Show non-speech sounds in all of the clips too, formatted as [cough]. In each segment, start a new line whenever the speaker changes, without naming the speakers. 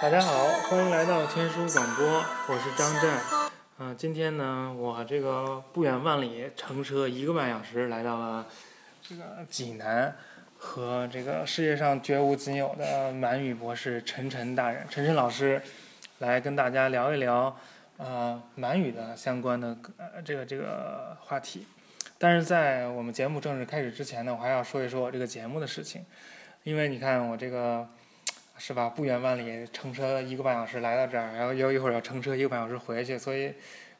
大家好，欢迎来到天书广播，我是张震。嗯、今天呢，我这个不远万里乘车一个半小时来到了这个济南，和这个世界上绝无仅有的满语博士陈晨大人、陈晨老师来跟大家聊一聊呃满语的相关的呃这个这个话题。但是在我们节目正式开始之前呢，我还要说一说我这个节目的事情，因为你看我这个是吧？不远万里乘车一个半小时来到这儿，然后又一会儿要乘车一个半小时回去，所以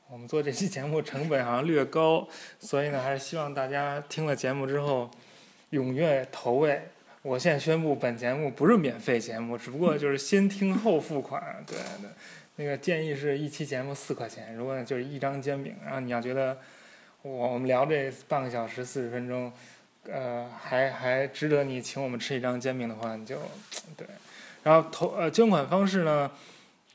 我们做这期节目成本好像略高，所以呢，还是希望大家听了节目之后踊跃投喂。我现在宣布，本节目不是免费节目，只不过就是先听后付款。对对，那个建议是一期节目四块钱，如果你就是一张煎饼，然后你要觉得我我们聊这半个小时四十分钟，呃，还还值得你请我们吃一张煎饼的话，你就对。然后投呃捐款方式呢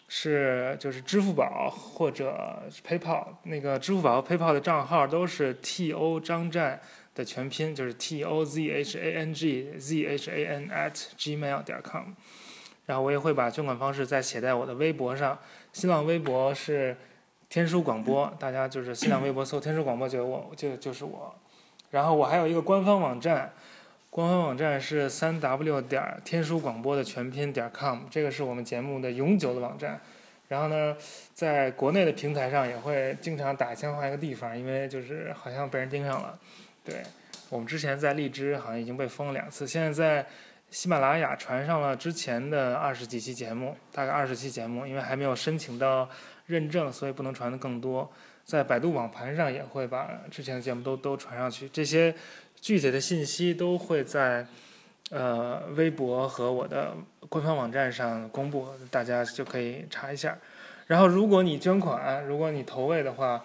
是就是支付宝或者 PayPal，那个支付宝和 PayPal 的账号都是 T O 张湛的全拼，就是 T O Z H A N G Z H A N at gmail 点 com。然后我也会把捐款方式再写在我的微博上，新浪微博是天书广播，大家就是新浪微博搜天书广播就有我就就是我。然后我还有一个官方网站，官方网站是三 w 点儿天书广播的全拼点儿 com，这个是我们节目的永久的网站。然后呢，在国内的平台上也会经常打枪换一个地方，因为就是好像被人盯上了。对我们之前在荔枝好像已经被封了两次，现在在喜马拉雅传上了之前的二十几期节目，大概二十期节目，因为还没有申请到认证，所以不能传的更多。在百度网盘上也会把之前的节目都都传上去，这些具体的信息都会在呃微博和我的官方网站上公布，大家就可以查一下。然后，如果你捐款，如果你投喂的话，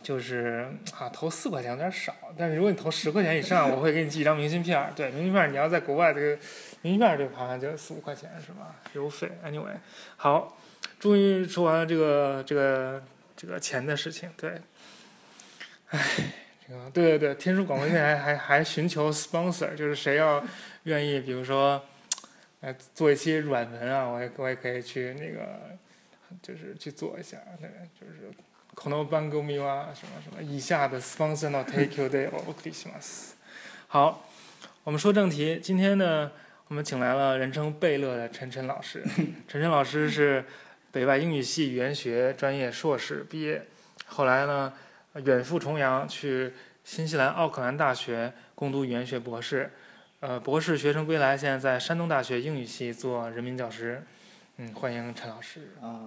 就是啊，投四块钱有点少，但是如果你投十块钱以上，我会给你寄一张明信片儿。对，明信片儿你要在国外这个明信片儿这个好像就四五块钱是吧？邮费。Anyway，好，终于说完了这个这个这个钱的事情。对，唉，这个对对对，天书广播电台还还还寻求 sponsor，就是谁要愿意，比如说，呃，做一期软文啊，我也我也可以去那个，就是去做一下，对，就是。この番組は啊什么什么以下的 sponsor no take you day 我送します。好，我们说正题，今天呢，我们请来了人称贝勒的陈晨老师。陈晨老师是北外英语系语言学专业硕士毕业，后来呢，远赴重洋去新西兰奥克兰大学攻读语言学博士。呃，博士学生归来，现在在山东大学英语系做人民教师。嗯，欢迎陈老师。
啊，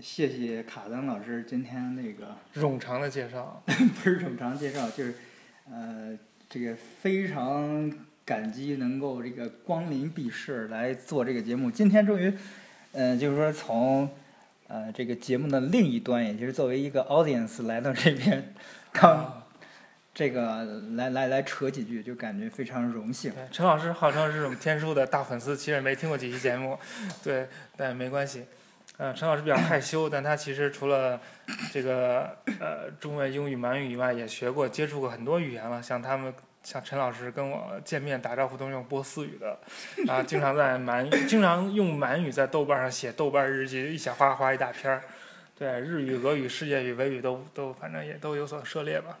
谢谢卡丹老师今天那个 [laughs]
冗长的介 [laughs] 绍，
不是这么长介绍，就是呃，这个非常感激能够这个光临闭室来做这个节目。今天终于，呃，就是说从呃这个节目的另一端，也就是作为一个 audience 来到这边，
嗯啊
刚这个来来来扯几句，就感觉非常荣幸。
对，陈老师号称是我们天书的大粉丝，其实没听过几期节目，对，但没关系。呃，陈老师比较害羞，但他其实除了这个呃中文、英语、满语以外，也学过、接触过很多语言了。像他们，像陈老师跟我见面打招呼都是用波斯语的， [laughs] 啊，经常在满语，经常用满语在豆瓣上写豆瓣日记，一写哗哗一大篇儿。对，日语、俄语、世界语、维语都都反正也都有所涉猎吧。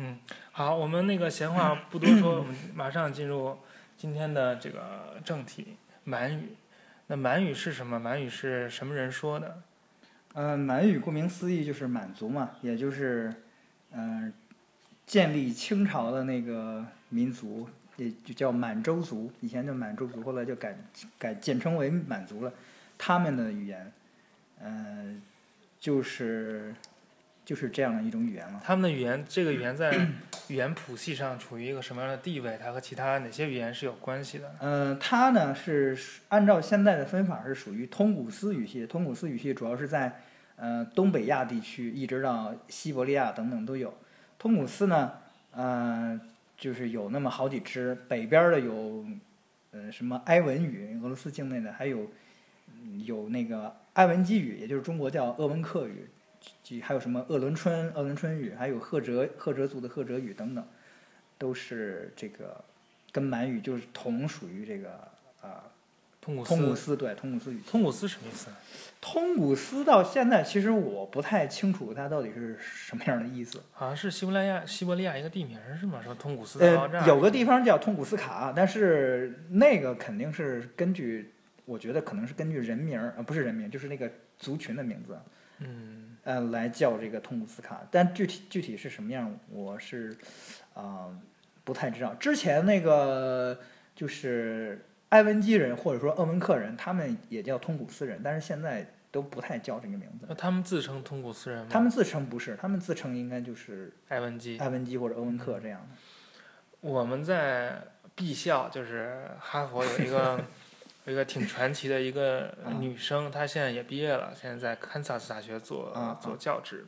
嗯，好，我们那个闲
[clears throat]
话不多说，我们马上进入今天的这个正题——满语。那满语是什么？满语是什么人说的？
呃，满语顾名思义就是满族嘛，也就是，嗯、建立清朝的那个民族，也就叫满洲族，以前叫满洲族，后来就改改简称为满族了。他们的语言，嗯、就是就是这样的一种语言了。
他们的语言，这个语言
[clears throat]
在语言谱系上处于一个什么样的地位？它和其他哪些语言是有关系的？
呃，它呢是属按照现在的分法是属于通古斯语系，通古斯语系主要是在呃东北亚地区一直到西伯利亚等等都有。通古斯呢，呃，就是有那么好几支，北边儿的有呃什么埃文语，俄罗斯境内的还有嗯有那个埃文基语，也就是中国叫鄂温克语，及还有什么鄂伦春、鄂伦春语，还有赫哲赫哲族的赫哲语等等，都是这个跟满语就是同属于这个啊、呃、
通古斯，
通古斯对通古斯语系。
通古斯什么意思？
通古斯到现在，其实我不太清楚它到底是什么样的意思。
好像啊是西伯利亚西伯利亚一个地名是吗？什么通古斯大哦爆炸？
呃，有个地方叫通古斯卡，但是那个肯定是根据，我觉得可能是根据人名儿，呃，不是人名，就是那个族群的名字，
嗯，
呃，来叫这个通古斯卡。但具体具体是什么样，我是，啊、不太知道。之前那个就是埃文基人或者说鄂温克人，他们也叫通古斯人，但是现在都不太叫这个名字。
那他们自称通古斯人吗？
他们自称不是，他们自称应该就是
埃文基。
埃文基或者欧文克这样的。
我们在 B 校，就是哈佛有一个有一个挺传奇的一个
啊
女生，她现在也毕业了，现在在堪萨斯大学做、呃
啊
做教职。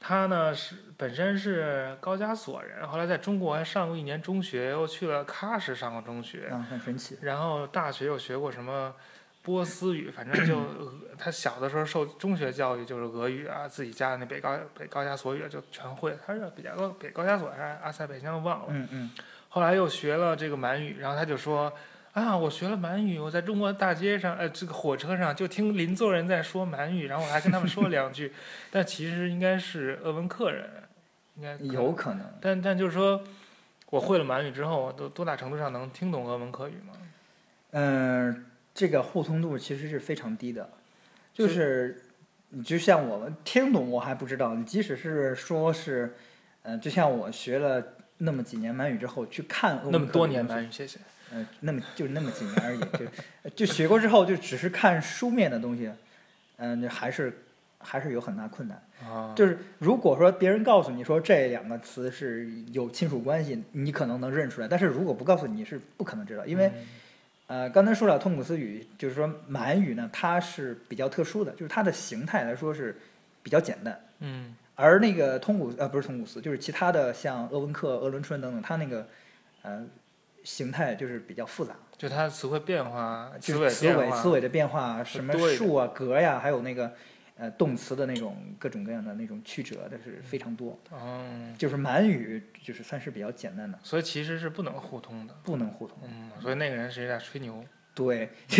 她呢是本身是高加索人，后来在中国还上过一年中学，又去了喀什上过中学，
啊，很神奇。
然后大学又学过什么波斯语，反正就俄他小的时候受中学教育就是俄语啊，自己家的那北高北高加索语啊就全会。他是北加高北高加索还是阿塞拜疆忘了。
嗯嗯，
后来又学了这个满语，然后他就说啊，我学了满语，我在中国大街上，呃，这个火车上就听邻座人在说满语，然后我还跟他们说两句， [laughs] 但其实应该是鄂温克人，应该可能
有，可能。
但但就是说，我会了满语之后，我都多大程度上能听懂鄂温克语吗？
嗯、这个互通度其实是非常低的，就是你就像我们听懂我还不知道，你即使是说是，嗯、就像我学了那么几年满语之后去看欧文
那么
克
多
的
年
东西
满语，谢谢。
嗯，那么就那么几年而已，就就学过之后，就只是看书面的东西，嗯，就还是还是有很大困难。
啊，
就是如果说别人告诉你说这两个词是有亲属关系，你可能能认出来，但是如果不告诉你，你是不可能知道，因为、
嗯
呃，刚才说了通古斯语，就是说满语呢，它是比较特殊的，就是它的形态来说是比较简单，
嗯
而那个通古呃不是通古斯，就是其他的像鄂温克、鄂伦春等等，它那个呃形态就是比较复杂。
就它的词汇变化，
就
词
是
尾
词尾
变
词
化，
尾的变化，什么
多一点
数啊、格呀，还有那个呃动词的那种各种各样的那种曲折的是非常多。
嗯，
就是满语就是算是比较简单的，
所以其实是不能互通的，
不能互通。
嗯，所以那个人是在吹牛，
对， [laughs]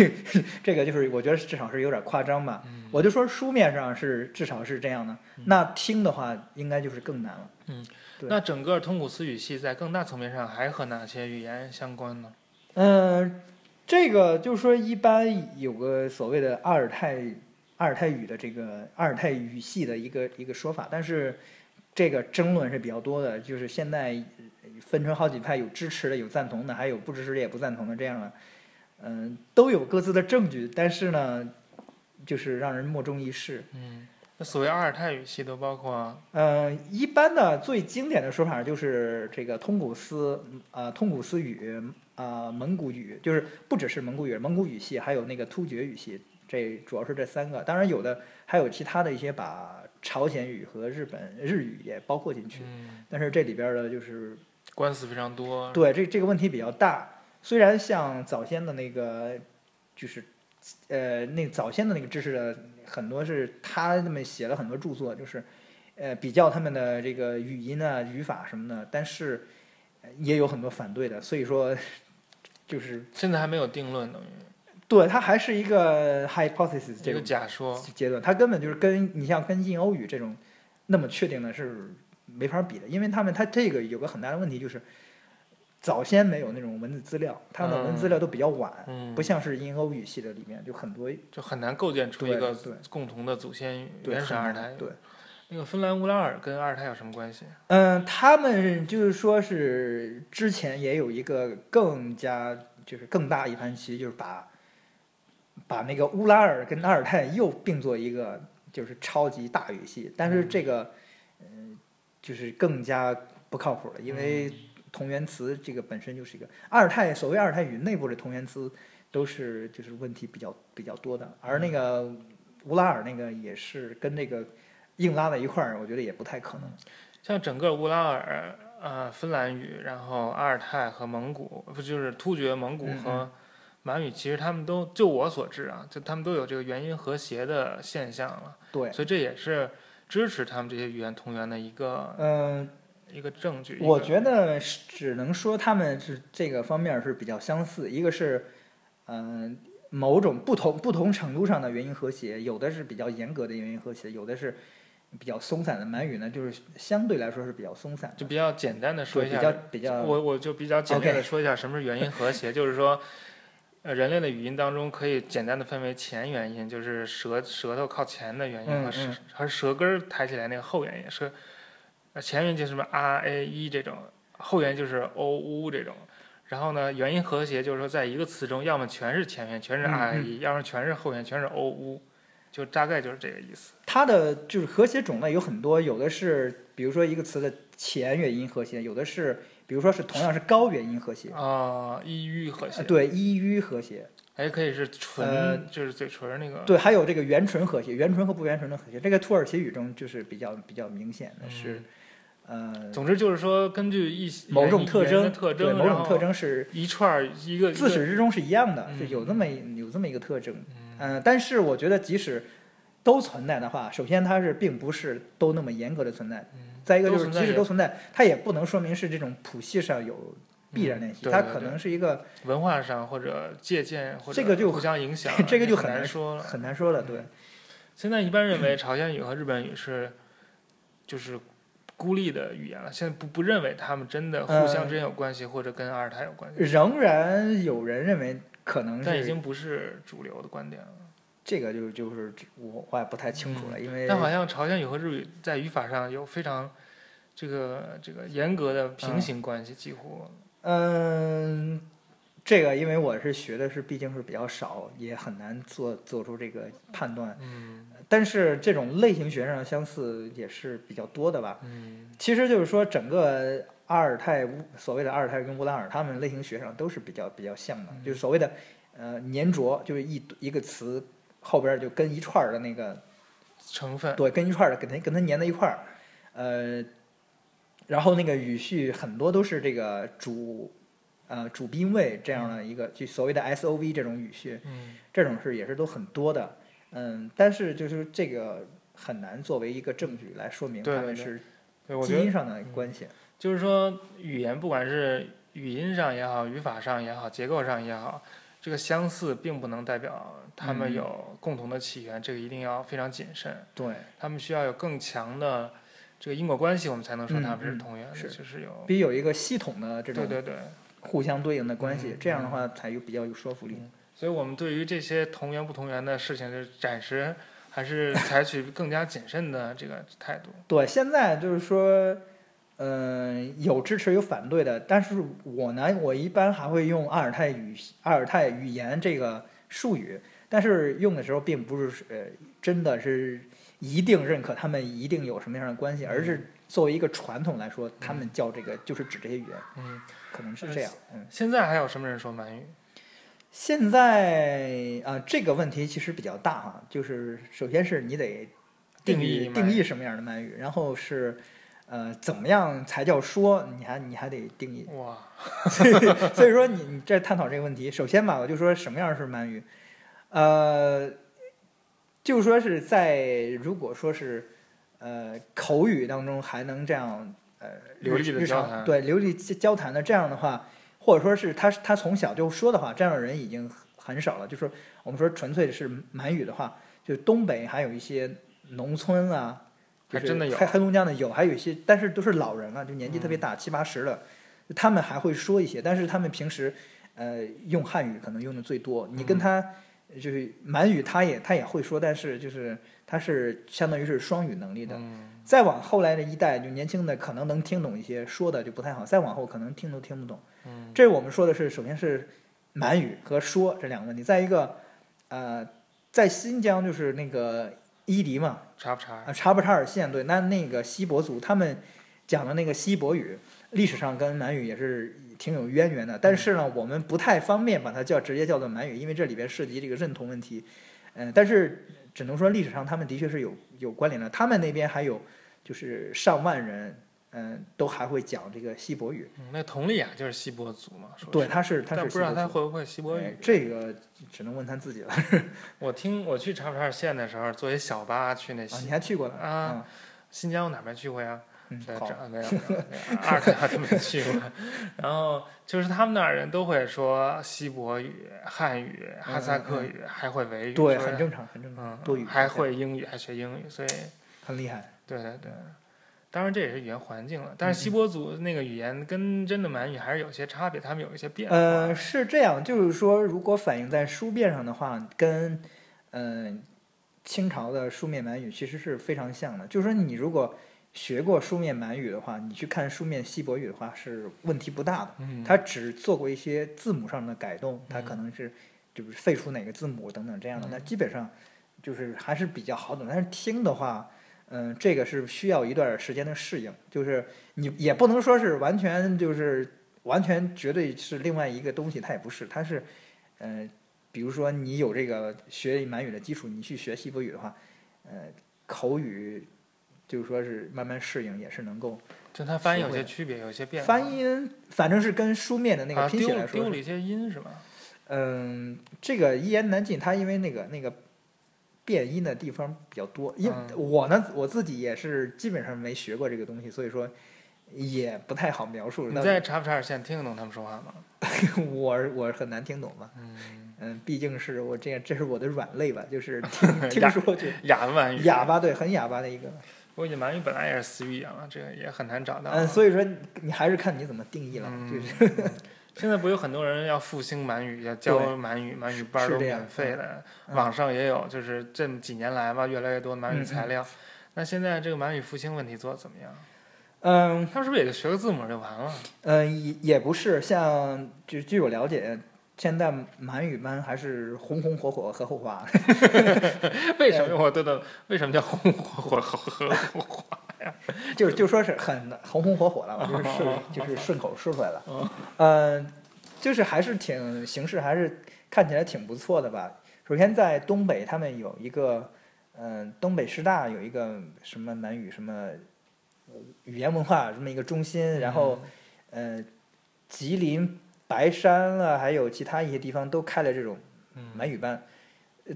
这个就是我觉得至少是有点夸张吧。
嗯
我就说书面上是至少是这样的，那听的话应该就是更难了。对
那整个通古斯语系在更大层面上还和哪些语言相关呢？
嗯、这个就是说一般有个所谓的阿尔泰阿尔泰语的这个阿尔泰语系的一个一个说法，但是这个争论是比较多的，就是现在呃分成好几派，有支持的，有赞同的，还有不支持的也不赞同的这样的，嗯、都有各自的证据，但是呢，就是让人莫衷一是。
嗯，那所谓阿尔泰语系都包括，
嗯、一般的最经典的说法就是这个通古斯，呃，通古斯语，呃，蒙古语，就是不只是蒙古语，蒙古语系还有那个突厥语系，这主要是这三个。当然，有的还有其他的一些把朝鲜语和日本日语也包括进去，
嗯，
但是这里边儿的就是
官司非常多，
对，这这个问题比较大。虽然像早先的那个，就是呃，那早先的那个知识的很多是他们写了很多著作，就是呃比较他们的这个语音啊、语法什么的，但是呃也有很多反对的。所以说，就是
现在还没有定论，等于
对它还是一个 hypothesis 这
一个
种
假说，
阶段，它根本就是跟你像跟印欧语这种那么确定的是没法比的，因为他们它这个有个很大的问题就是，早先没有那种文字资料，它的文字资料都比较晚，
嗯，
不像是印欧语系的里面就很多
就很难构建出一
对
个
对
共同的祖先语
对
原始
很
阿尔
难
泰语。
对，
那个芬兰乌拉尔跟阿尔泰有什么关系？啊
嗯，他们就是说是之前也有一个更加就是更大一盘棋，就是把把那个乌拉尔跟阿尔泰又并作一个就是超级大语系，但是这个嗯、就是更加不靠谱了，因为同源词这个本身就是一个阿尔泰所谓阿尔泰语内部的同源词都是就是问题比较比较多的，而那个乌拉尔那个也是跟这个硬拉在一块儿，我觉得也不太可能。
像整个乌拉尔、呃芬兰语，然后阿尔泰和蒙古，不就是突厥、蒙古
嗯嗯
和满语，其实他们都就我所知啊，就他们都有这个元音和谐的现象了，
对，
所以这也是支持他们这些语言同源的一个
嗯，
一个证据。
我
一个
觉得是只能说他们是这个方面是比较相似，一个是，嗯、某种不同不同程度上的元音和谐，有的是比较严格的元音和谐，有的是比较松散的。满语呢，就是相对来说是比较松散的，
就比较简单的说
对
一
比
下，
较比较
我我就比较简略
呃 OK
的说一下什么是元音和谐， [laughs] 就是说，呃，人类的语音当中可以简单的分为前元音，就是舌舌头靠前的元音
嗯
和舌、
嗯
和舌根儿抬起来那个后元音，舌呃前元音就是什么 r a e 这种，后元就是 o u 这种。然后呢，元音和谐就是说，在一个词中，要么全是前元，全是
嗯
r a
嗯
e，、要么全是后元，全是 o u，就大概就是这个意思。
它的就是和谐种类有很多，有的是比如说一个词的前元音和谐，有的是比如说是同样是高元音和谐，
啊、抑郁和谐
呃，对一于和谐，
还可以是唇，
呃
就是嘴唇儿那个。
对，还有这个元唇和谐，元唇和不元唇的和谐，这个土耳其语中就是比较比较明显的是，呃，
嗯总之就是说，根据一些
某种
人
特
人
征，
的特
对
征，
某
然
种
后
特征是
一串儿一个一
自
个，
始至终是一样的，
嗯
就有这么一有这么一个特征。
嗯
嗯、但是我觉得即使都存在的话，首先它是并不是都那么严格的存在，
嗯
再一个就是
都存在
即使
也
都存在，它也不能说明是这种谱系上有必然联系，
嗯对
它
对
可
对
能是一个
文化上或者借鉴或者
这个就
互相影响
[laughs] ，这个就很
很
难
说了。
很难说的，对。
嗯现在一般认为朝鲜语和日本语是就是孤立的语言了，现在不不认为他们真的互相之间有关系，或者跟阿尔泰有关系，
仍然有人认为可能
但已
是
经不是主流的观点了。
这个就就是我我也不太清楚了，因
嗯
为
但好像朝鲜语和日语在语法上有非常这个这个严格的平行关系，几乎
嗯，这个因为我是学的是，毕竟是比较少，也很难做做出这个判断。
嗯
但是这种类型学上的相似也是比较多的吧。
嗯
其实就是说，整个阿尔泰乌所谓的阿尔泰跟乌兰尔，他们类型学上都是比较比较像的，
嗯
就是所谓的呃粘着，就是一一个词后边儿就跟一串儿的那个
成分。
对，跟一块儿的，跟它跟它粘在一块儿，呃，然后那个语序很多都是这个主，呃，主宾谓这样的一个，就所谓的 SOV 这种语序，
嗯
这种是也是都很多的，嗯，但是就是这个很难作为一个证据来说明
对
他们
对
是
对，我
基
觉得嗯
因上的关系，
就是说，语言不管是语音上也好，语法上也好，结构上也好，这个相似并不能代表他们
嗯
有共同的起源，这个一定要非常谨慎。
对，
他们需要有更强的这个因果关系，我们才能说
嗯
他们是
嗯
同源的，
是
就是有
必须有一个系统的这
对
种
对对。
互相对应的关系，
嗯
这样的
嗯
话才有比较有说服力。
所以我们对于这些同源不同源的事情，就是暂时还是采取更加谨慎的这个态度。
对，现在就是说，嗯、有支持有反对的，但是我呢，我一般还会用阿尔泰语阿尔泰语言这个术语，但是用的时候并不是呃真的是一定认可他们一定有什么样的关系，而是作为一个传统来说，他们叫这个就是指这些语言，
嗯，
可能是这样。嗯，
现在还有什么人说满语？
现在啊、这个问题其实比较大哈，就是首先是你得定义
定
定
义
义什么样的鳗鱼，然后是呃怎么样才叫说，你还你还得定义。
哇，
所以 [laughs] 所以说你你这探讨这个问题，首先吧，我就说什么样是鳗鱼，呃，就说是在如果说是呃口语当中还能这样呃
流利地
日
交
常
谈
对流利交谈的这样的话，或者说是他他从小就说的话，这样的人已经很少了。就是我们说纯粹是满语的话，就东北还有一些农村啊，就
还
是
真的有
黑黑龙江的有，还有一些，但是都是老人了、就年纪特别大，七八十了，他们还会说一些，但是他们平时呃用汉语可能用的最多。你跟
嗯
他就是满语，他也他也会说，但是就是他是相当于是双语能力的。
嗯，
再往后来的一代，就年轻的可能能听懂一些，说的就不太好。再往后可能听都听不懂。
嗯
这我们说的是，首先是满语和说这两个问题。再一个，呃，在新疆就是那个伊犁嘛，
查不查？
啊，察布查尔县对，那那个锡伯族他们讲的那个锡伯语，历史上跟满语也是挺有渊源的。但是呢，我们不太方便把它叫直接叫做满语，因为这里边涉及这个认同问题。嗯、但是只能说历史上他们的确是有有关联的。他们那边还有就是上万人，嗯、都还会讲这个锡伯语。
嗯那佟丽娅就是锡伯族嘛，说
对，
是，
他是他
但
是
不
锡
知道
伯
他
族。
会不会锡伯
哎
语。
这个只能问他自己了。
我听我去查普查尔县的时候，坐一小巴去那
啊，你
新
还去过呢？
啊，新疆我哪没去过呀？
嗯，
对，
好，
这没
[laughs]
有，没有阿尔泰他没去过。然后就是他们那儿人都会说希伯语、汉语、哈萨克语，还会维语，
嗯
所
对，
以
很正常，很正常，
嗯，
多语
还会英语，还学英语，所以
很厉害。
对对对。当然这也是语言环境了，但是
嗯
希伯族那个语言跟真的满语还是有些差别，他们有一些变化。
呃，是这样，就是说，如果反映在书面上的话，跟嗯、呃清朝的书面满语其实是非常像的。就是说，你如果学过书面满语的话，你去看书面希伯语的话，是问题不大的。
嗯，
它只做过一些字母上的改动，它可能是就是废除哪个字母等等这样的，
嗯
那基本上就是还是比较好懂。但是听的话，嗯、这个是需要一段时间的适应，就是你也不能说是完全就是完全绝对是另外一个东西，它也不是，它是嗯、呃比如说你有这个学满语的基础，你去学希伯语的话，呃，口语就是说是慢慢适应也是能够
就它发音有
学会
些
了
区别，有些变化。
翻音，反正是跟书面的那个
啊
拼写来
丢
说
丢
是
了一些音是吧？
嗯，这个一言难尽，它因为那个那个变音的地方比较多。因
嗯
我呢，我自己也是基本上没学过这个东西，所以说也不太好描述。
你
那
在察不察尔县听得懂他们说话吗？
[laughs] 我我很难听懂嘛，
嗯， [laughs]
嗯，毕竟是我这这是我的软肋吧，就是听听
哑 [laughs]
说就
哑文语。
哑巴，对，很哑巴的一个。
不过野蛮语本来也是死语言嘛，这个也很难找到。啊
嗯，所以说你你还是看你怎么定义了，
嗯
就是
[laughs] 现在不有很多人要复兴满语，要教满语，满语班儿
是
都
这样
免费的，
嗯
网上也有，就是这么几年来吧，越来越多满
嗯
语
嗯
材料。那现在这个满语复兴问题做得怎么样？
嗯，
他们是不是也就学个字母就完了？ [laughs]
嗯，也也不是，像就据我了解，现在满语班还是红红火火合火化，
为什么我对的？为什么叫红火火火 [laughs] 火火？
就就说是很红红火火了，我就是顺
哦
就是顺口说出来了
哦。
嗯，就是还是挺形式还是看起来挺不错的吧。首先在东北，他们有一个，嗯，东北师大有一个什么满语什么语言文化这么一个中心，然后呃，吉林白山了，还有其他一些地方都开了这种
嗯，
满语班。呃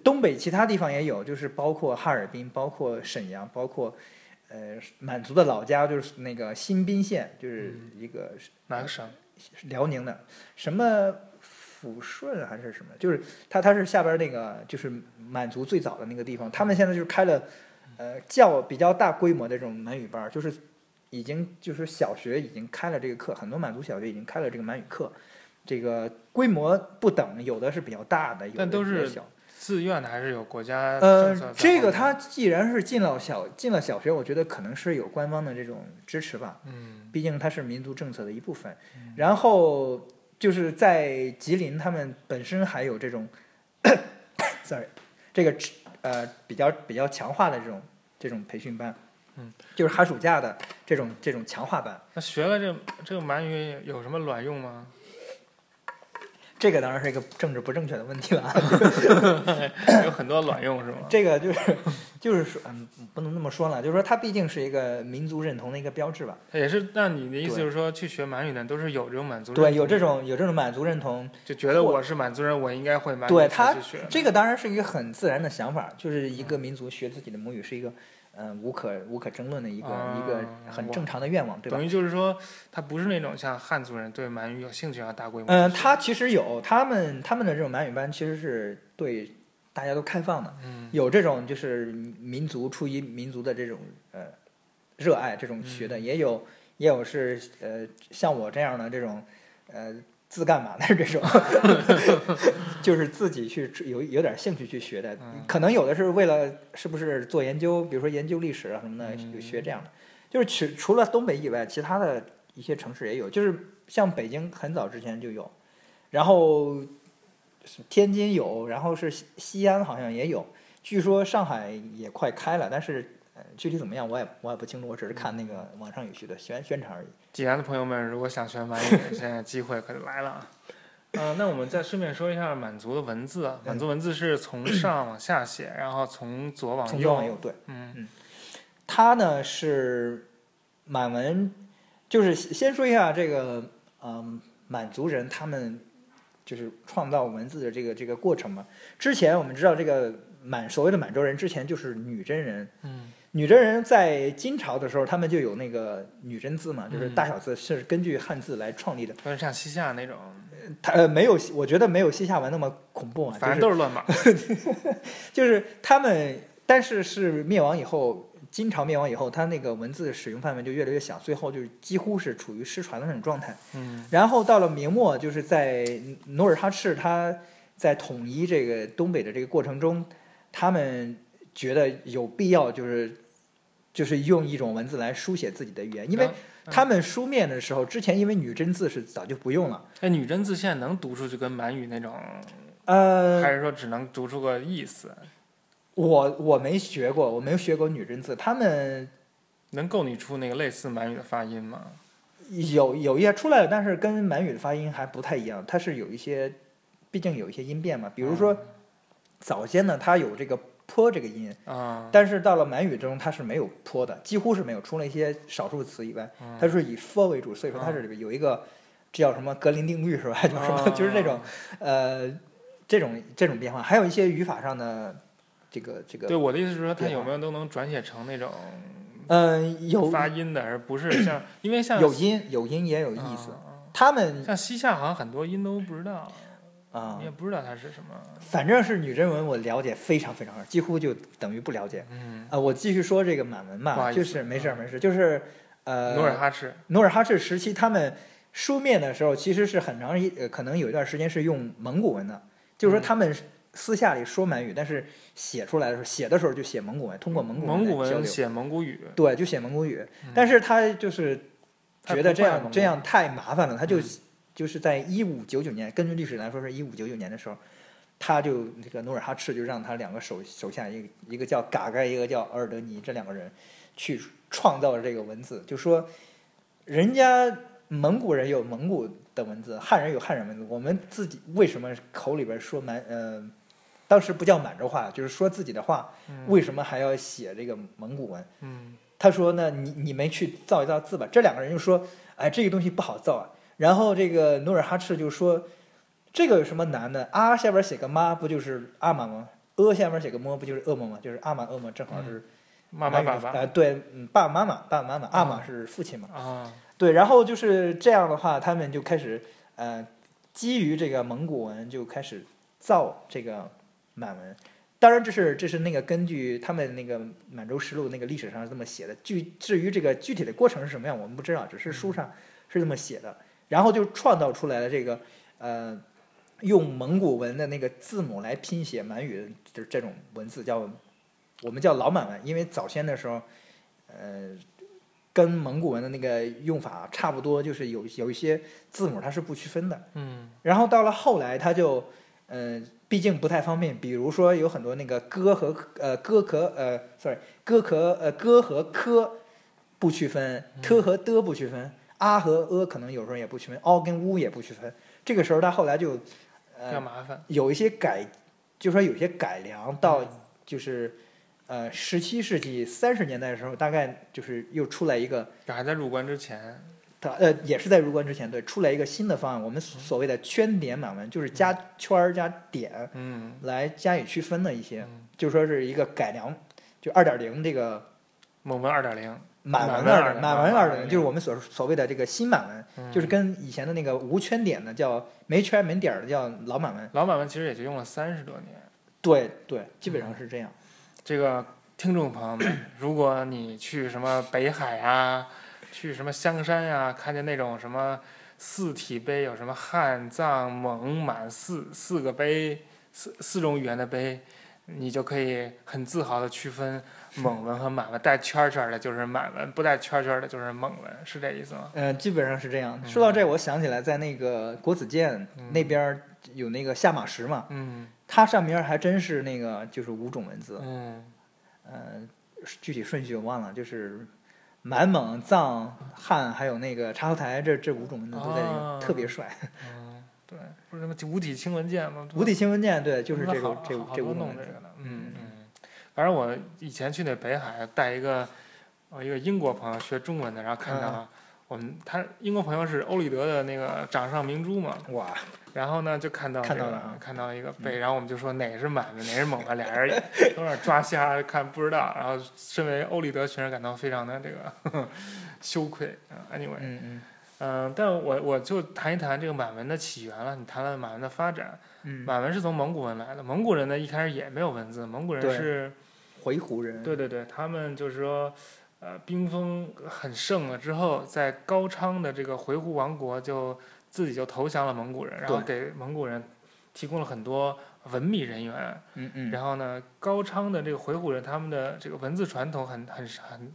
东北其他地方也有，就是包括哈尔滨，包括沈阳，包括呃满族的老家就是那个新宾县，就是一个
哪个省？
辽宁的什么抚顺还是什么，就是它它是下边那个就是满族最早的那个地方，他们现在就是开了呃较比较大规模的这种满语班儿，就是已经就是小学已经开了这个课，很多满族小学已经开了这个满语课，这个规模不等，有的是比较大的，有的
但都
比较
是
小。
自愿的还是有国家政策在后面？，
呃这个它既然是进了小进了小学，我觉得可能是有官方的这种支持吧。
嗯
毕竟它是民族政策的一部分
嗯。
然后就是在吉林，他们本身还有这种 [coughs] ，sorry，这个呃比较比较强化的这种这种培训班，
嗯，
就是寒暑假的这种这种强化班。
那学了这这个满语有什么卵用吗？
这个当然是一个政治不正确的问题了啊，
[coughs] [laughs] 有很多卵用是吗？
这个就是就是说，嗯，不能那么说了，就是说它毕竟是一个民族认同的一个标志吧。
也是，那你的意思
对
就是说，去学满语的都是有这种满族人，
对，有这种有这种满族认同，
就觉得我是满族人，我应该会满语
对
才
他
去学。
这个当然是一个很自然的想法，就是一个民族学自己的母语是一个，嗯、无可无可争论的一个、
啊
一个很正常的愿望，对吧
等？于就是说，他不是那种像汉族人对满语有兴趣啊，大规模
嗯、
地学。
他其实有他们他们的这种满语班其实是对大家都开放的，
嗯
有这种就是民族出于民族的这种呃热爱这种学的，
嗯
也有也有是呃像我这样的这种呃自干嘛的这
[laughs]
种， [laughs] 就是自己去有有点兴趣去学的，
嗯
可能有的是为了是不是做研究，比如说研究历史啊什么的，
嗯
就学这样的。就是除除了东北以外，其他的一些城市也有，就是像北京很早之前就有，然后天津有，然后是西西安好像也有，据说上海也快开了，但是呃具体怎么样我也我也不清楚，我只是看那个网上有去的宣宣传而已。
济南的朋友们，如果想学满语，现在机会可就来了啊！呃，那我们再顺便说一下满族的文字啊，满族文字是从上往下写，然后从左往
从
右。
左往右，对，
嗯
它呢是满文，就是先说一下这个嗯满族人他们就是创造文字的这个这个过程嘛。之前我们知道这个满所谓的满洲人之前就是女真人，
嗯
女真人在金朝的时候，他们就有那个女真字嘛，就是大小字是根据汉字来创立的。
但是像西夏那种，
它呃没有，我觉得没有西夏文那么恐怖啊，
反正
就是
都是乱码。
就是他们，但是是灭亡以后，金朝灭亡以后，它那个文字使用范围就越来越小，最后就是几乎是处于失传的那种状态。
嗯
然后到了明末，就是在努尔哈赤他在统一这个东北的这个过程中，他们觉得有必要就是 [laughs] 就是用一种文字来书写自己的语言，因为
然后
他们书面的时候，之前因为女真字是早就不用了，
哎，女真字现在能读出去跟满语那种，还
呃，
是说只能读出个意思？
我我没学过，我没有学过女真字，他们
能够拟出那个类似满语的发音吗？
有有一些出来了，但是跟满语的发音还不太一样，它是有一些，毕竟有一些音变嘛，比如
嗯
说早先呢，它有这个坡这个音。
啊，
但是到了满语中，它是没有坡的，几乎是没有，除了一些少数词以外，它
嗯
是以 for 为主，所以说它
啊
这里边有一个，这叫什么格林定律是吧？ [laughs] 叫什么？
啊
就是这种，呃，这种这种变化，还有一些语法上的这个这
对
个，
我的意思是说，它
变化
有没有都能转写成那种
嗯、有
发音的，而不是像，因为像
有音有音也有意思，
啊
他们
像西夏好像很多音都不知道，
啊
你也，不知道它是什么。
反正是女真文我了解非常非常少，几乎就等于不了解。
嗯，
啊、我继续说这个满文
不好
吧，
意
就
思
是没事儿没事儿，就是呃，
努尔哈赤，
努尔哈赤时期，他们书面的时候其实是很长一呃，可能有一段时间是用蒙古文的，就是说
嗯
他们私下里说满语，但是写出来的时候写的时候就写蒙古文，通过蒙古
蒙古
呃来交
文
流，
写蒙古语，
对，就写蒙古语。但
是
是他就是
嗯他
觉得
不
这
会
样
蒙
这
古
样太麻烦了，他就、
嗯
就是在一五九九年，根据历史来说是一五九九年的时候。他就这个努尔哈赤就让他两个手手下一个一个叫嘎盖，一个叫额尔德尼，这两个人去创造了这个文字，就说人家蒙古人有蒙古的文字，汉人有汉人文字，我们自己为什么口里边说满呃，当时不叫满洲话，就是说自己的话，为什么还要写这个蒙古文？
嗯
他说呢，你你们去造一造字吧。这两个人就说，哎，这个东西不好造啊。然后这个努尔哈赤就说，这个有什么难的？啊下边写个妈，不就是阿玛吗？呃下边写个么，不就是恶魔吗？就是阿玛恶魔，正好是
妈妈
满
嗯爸嗯
语的
爸
呃，对，嗯爸爸妈妈，爸爸妈妈，阿玛是父亲嘛。
啊，
对，然后就是这样的话，他们就开始呃，基于这个蒙古文就开始造这个满文。当然，这是这是那个根据他们那个满洲实录那个历史上是这么写的。具至于这个具体的过程是什么样，我们不知道，只是书上是这么写的。然后就创造出来了这个呃，用蒙古文的那个字母来拼写满语的这这种文字叫我们叫老满文，因为早先的时候，呃，跟蒙古文的那个用法差不多，就是有有一些字母它是不区分的。
嗯
然后到了后来，它就，呃，毕竟不太方便，比如说有很多那个哥和呃哥和呃，sorry，哥和呃哥和科不区分，特和的不区分，啊和呃可能有时候也不区分，凹跟乌也不区分。这个时候，它后来就，
要
呃，
麻烦，嗯
有一些改，就说有些改良到就是，呃，十七世纪三十年代的时候，大概就是又出来一个。
这还在入关之前，
它呃也是在入关之前，对，出来一个新的方案，我们所谓的圈点满文，就是加圈儿加点
嗯，
来加以区分的一些，
嗯
就说是一个改良，就二点零这个
蒙文二点零，
满
满
文
文
二
2.0
满文
啊
二点零，就是我们所所谓的这个新满文，
嗯
就是跟以前的那个无圈点的叫没圈没点儿的叫老满文，
老满文其实也就用了三十多年。
对对，基本上是这样。
这个听众朋友们， [clears throat] 如果你去什么北海啊，去什么香山呀、看见那种什么四体碑，有什么汉藏蒙满四四个碑，四四种语言的碑，你就可以很自豪的区分蒙文和满文，带圈儿圈儿的就是满文，不带圈儿圈儿的就是蒙文，是这意思吗？
呃，基本上是这样。说到这，我想起来，在那个国子监那边儿有那个下马石嘛，
嗯
它上面儿还真是那个就是五种文字，
嗯
呃，具体顺序我忘了，就是满蒙藏汉还有那个察合台这这五种文字都在里面，
啊
特别帅。
嗯，对，不是什么五体清文件吗？
五体新文件对，就是
那
这
好
个这
好
这
多
五种
弄
文
这
字
个。的，嗯嗯。反正呃
嗯
我以前去那北海带一个我一个英国朋友学中文的，然后看到我们他英国朋友是欧立德的那个掌上明珠嘛，
哇，
然后呢就看到、这个、
看到了啊
看到一个背，然后我们就说哪是满的，哪是猛的，俩
[laughs]
人都在那抓瞎看不知道，然后身为欧立德确实感到非常的这个 [laughs] 呵呵羞愧啊，anyway，
嗯嗯
嗯、但我我就谈一谈这个满文的起源了。你谈了满文的发展，
嗯，
满文是从蒙古文来的。蒙古人呢一开始也没有文字，蒙古人
对
是
回鹘人，
对对对，他们就是说，呃，兵锋很盛了之后，在高昌的这个回鹘王国就自己就投降了蒙古人，然后给蒙古人提供了很多文秘人员。
嗯嗯，
然后呢，高昌的这个回鹘人，他们的这个文字传统很很很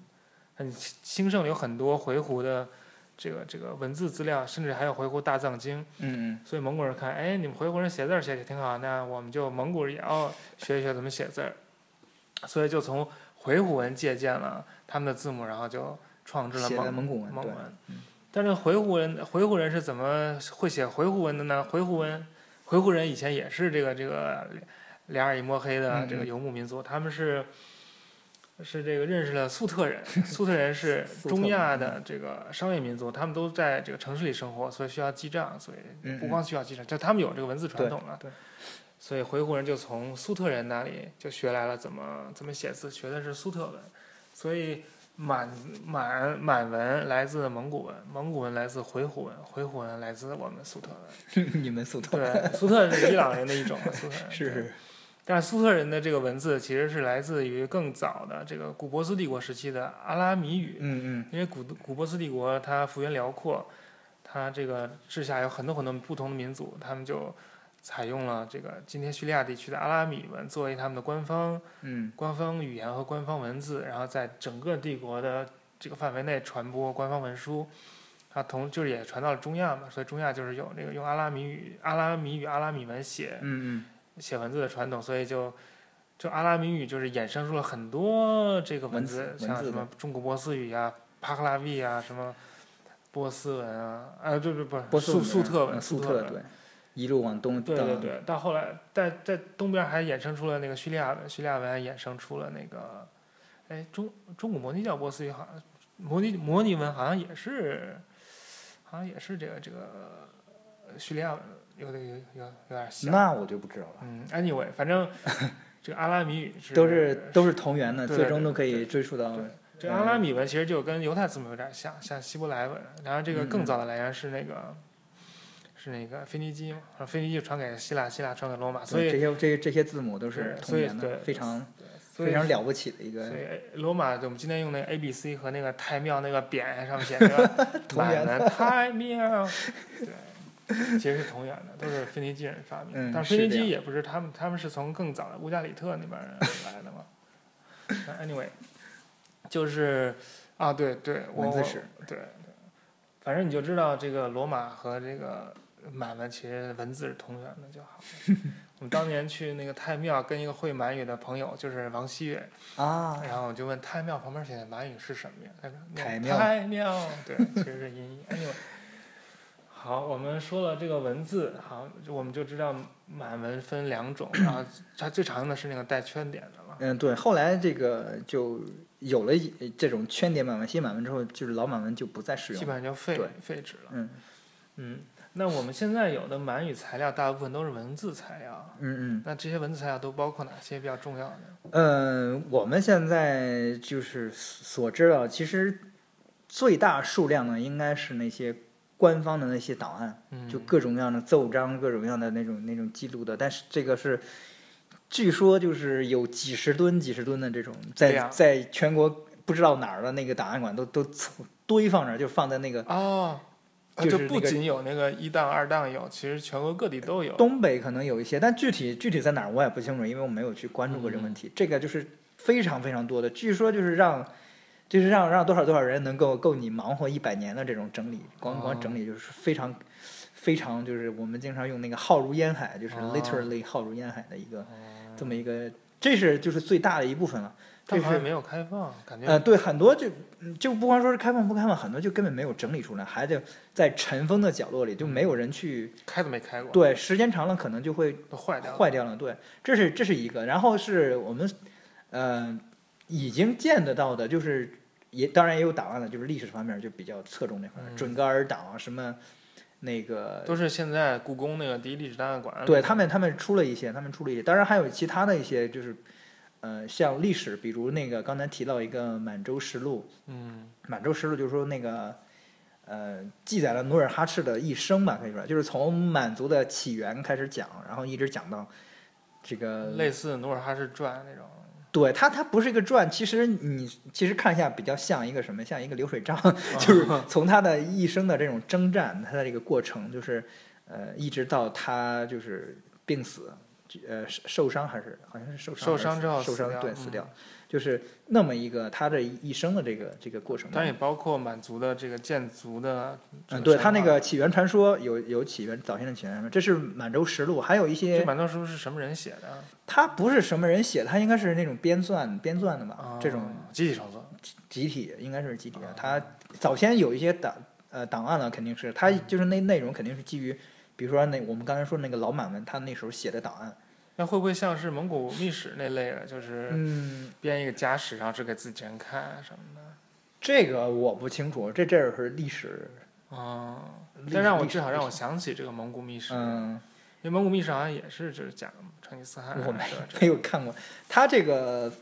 很兴盛，有很多回鹘的这个这个文字资料，甚至还有回鹘大藏经。
嗯
所以蒙古人看，哎，你们回鹘人写字儿写的挺好，那我们就蒙古人也要学一学怎么写字儿，所以就从回鹘文借鉴了他们的字母，然后就创制
嗯，
了
写的
蒙
蒙古文，
蒙
对，
文
嗯。
但是回鹘人回鹘人是怎么会写回鹘文的呢？回鹘文回鹘人以前也是这个这个两耳一摸黑的
嗯
这个游牧民族，他们是。是这个认识了粟特人，
[laughs]
粟特人是
粟特
中
人
亚的这个商业民族，他们都在这个城市里生活，所以需要记账，所以
嗯
不光需要记账，就他们有这个文字传
对
统了。
对
所以回鹘人就从粟特人那里就学来了怎么怎么写字，学的是粟特文。所以满满满文来自蒙古文，蒙古文来自回鹘文，回鹘文来自我们粟特文。
[laughs] 你们速度
对，粟特是伊朗人的一种嘛，粟特人
[laughs] 是
对
是，
但是粟特人的这个文字其实是来自于更早的这个古波斯帝国时期的阿拉米语，
嗯嗯
因为古古波斯帝国它幅员辽阔，它这个治下有很多很多不同的民族，他们就采用了这个今天叙利亚地区的阿拉米文作为他们的官方
嗯
官方语言和官方文字，然后在整个帝国的这个范围内传播官方文书。它同就是也传到了中亚嘛，所以中亚就是有这个用阿拉米语、阿拉米语、阿拉米文写
嗯
写文字的传统，所以就就阿拉米语就是衍生出了很多这个文字，
文字文
像
字
什么中古波斯语啊、帕克拉维啊、什么波斯文啊，啊，对对不是
嗯，波斯
粟
文
粟特文，
嗯粟
特
特对，一路往东
对
到
对对，到后来在在东边还衍生出了那个叙利亚文，叙利亚文还衍生出了那个，哎，中中古摩尼教波斯语好像摩尼摩尼文好像也是，好像也是这个这个呃叙利亚文有点有有有点像。
那我就不知道了，
嗯，anyway，反
[laughs]
正这个阿拉米语是
都是都是同源的，
对
最
对
终
对
都可以
对
追溯到
对这阿拉米文其实就跟犹太字母有点像，像希伯来文。然后这个
嗯
更
嗯
早的来源是那个是那个腓尼基嘛，然后腓尼基传给希腊，希腊传给罗马，所
对
以
这些这这些字母都是
对
同
所以
源的，
对
非常
所
非
以
常了不起的一
所
个
以呃罗马我们今天用那个 A B C 和那个太庙那个匾上面写着
[laughs] 同
满
源
文太庙，对，其实是同源的，都是腓尼基人发明的。
嗯
但
是
腓尼
这
基
样
也不是他们，他们是从更早的乌加里特那边人来的嘛。
[laughs]
那 anyway，就是啊，对对，我
文字
我
史。
对，对反正你就知道这个罗马和这个满文其实文字是同源的就好
[laughs]
了。我们当年去那个太庙，跟一个会满语的朋友，就是王希月，
啊，
然后我就问太庙旁边写的满语是什么呀？他说
太庙
太庙，对，其实是音译。哎呦， [laughs] 好，我们说了这个文字，好，我们就知道满文分两种，然后它最常用的是那个带圈点的了。
嗯，对，后来这个就有了一这种圈点满文、新满文之后，就是老满文就不再使
基
用。
本上就废
对
废止了。
嗯
嗯，那我们现在有的满语材料大部分都是文字材料，
嗯
那这些文字材料都包括哪些比较重要的？
嗯，呃，我们现在就是所知道，其实最大数量呢，应该是那些官方的那些档案，
嗯，
就各种各样的奏章、各种各样的那种那种记录的。但是这个是，据说就是有几十吨、几十吨的这种，
对啊
在
呀
在全国不知道哪儿的那个档案馆都都堆放着，就放在那个
哦。啊
就是那
不
个
仅有那个一档、二档有，其实全国各地都有。
东北可能有一些，但具体具体在哪儿我也不清楚，因为我没有去关注过这
嗯
个问题。这个就是非常非常多的，据说就是让，就是让让多少多少人能够够你忙活一百年的这种整理，光光
哦
整理就是非常非常就是我们经常用那个浩如烟海，就是
哦
literally 浩如烟海的一个
哦
这么一个，这是就是最大的一部分了。这
但好像
是
没有开放，感觉
呃，对，很多就嗯就不光说是开放不开放，很多就根本没有整理出来，还得在尘封的角落里，就没有人去。
开都没开过，
对，时间长了可能就会
都坏掉了。
坏掉了。对，这是这是一个。然后是我们，呃，已经见得到的，就是也当然也有档案的，就是历史方面就比较侧重这块儿，
嗯
准噶尔党啊什么那个，
都是现在故宫那个第一历史档案馆。
对他们他们出了一些，他们出了一些，当然还有其他的一些就是。呃，像历史，比如那个刚才提到一个《满洲实录》，
嗯，
《满洲实录》就是说那个，呃，记载了努尔哈赤的一生吧，可以说就是从满族的起源开始讲，然后一直讲到这个
类似努尔哈赤传那种。
对它，它不是一个传，其实你其实看一下比较像一个什么，像一个流水账， [laughs]
啊
[laughs] 就是
嗯
从他的一生的这种征战，他的这个过程，就是呃，一直到他就是病死，呃，受受伤还是好像是
受
受伤还是
伤之后
受
死
伤
掉
对
嗯
死掉，就是那么一个他这一生的这个这个过程。
当然也包括满族的这个建族的这个
嗯，
神话。
对他那个起源传说有有起源早先的起源传说，这是满洲实录，还有一
这
些
满洲实录是什么人写的？啊
他不是什么人写的，他应该是那种编撰编撰的吧，啊这种
哦集体创作。
集体应该是集体的
啊。
他早先有一些档呃档案了，肯定是他
嗯
就是那内容肯定是基于，比如说那我们刚才说那个老满文，他那时候写的档案。
那会不会像是蒙古秘史那类的，就是
嗯，
编一个家史，然后只给自己人看什么的？
这个我不清楚，这这是历史。
哦，
历史
但让我
历史
至少让我
历
想起这个蒙古秘史，
嗯，
因为蒙古秘史好像也是就是讲成吉思汗啊。
我没
对
没有看过。他这个《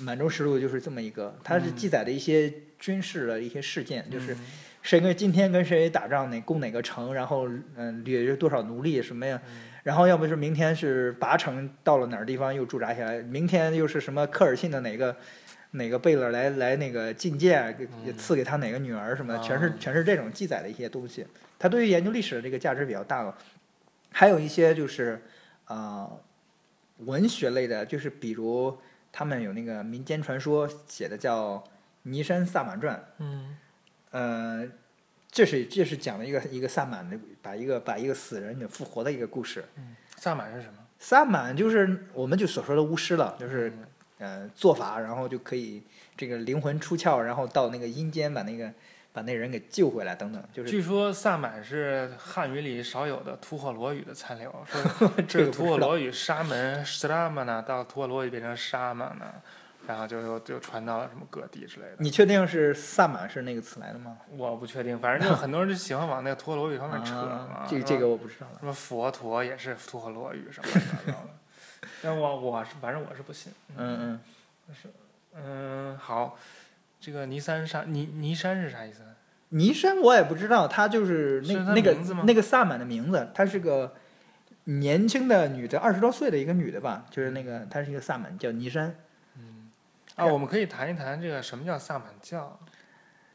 满洲实录》就是这么一个，它是
嗯
记载的一些军事的一些事件，就是
嗯
谁跟今天跟谁打仗，哪攻哪个城，然后嗯掠掠多少奴隶什么呀，
嗯
然后要不是明天是拔城到了哪儿地方又驻扎起来，明天又是什么科尔沁的哪个哪个贝勒来来那个觐见，给
嗯
赐给他哪个女儿什么的，
啊
全是全是这种记载的一些东西。它对于研究历史的这个价值比较大了。还有一些就是呃文学类的，就是比如他们有那个民间传说写的叫《尼山萨满传》。
嗯，
呃，这是这是讲了一个一个萨满的把一个把一个死人给复活的一个故事。
萨满是什么？
萨满就是我们就所说的巫师了，就是
嗯
呃做法，然后就可以这个灵魂出窍，然后到那个阴间把那个把那人给救回来等等，就是
据说萨满是汉语里少有的吐火罗语的残留，
[laughs]
说这是
个不
吐火
知道
罗语沙门 s a m a 呢，到吐火罗语变成沙嘛呢，然后就又就传到了什么各地之类的。
你确定是萨满是那个词来的吗？
我不确定，反正就很多人就喜欢往那个吐火罗语上面扯嘛。
啊，这
是吧
个这个我不知道了。
什么佛陀也是吐火罗语什么乱七八糟的，但我我是反正我是不信。
嗯嗯，
嗯，好，这个尼山啥尼尼山是啥意思？
尼山我也不知道，他就是
是
那
他
那个
名字吗
那个萨满的名字，她是个年轻的女的，二十多岁的一个女的吧，就是那个她是一个萨满，叫尼山。
嗯，啊，我们可以谈一谈这个什么叫萨满教。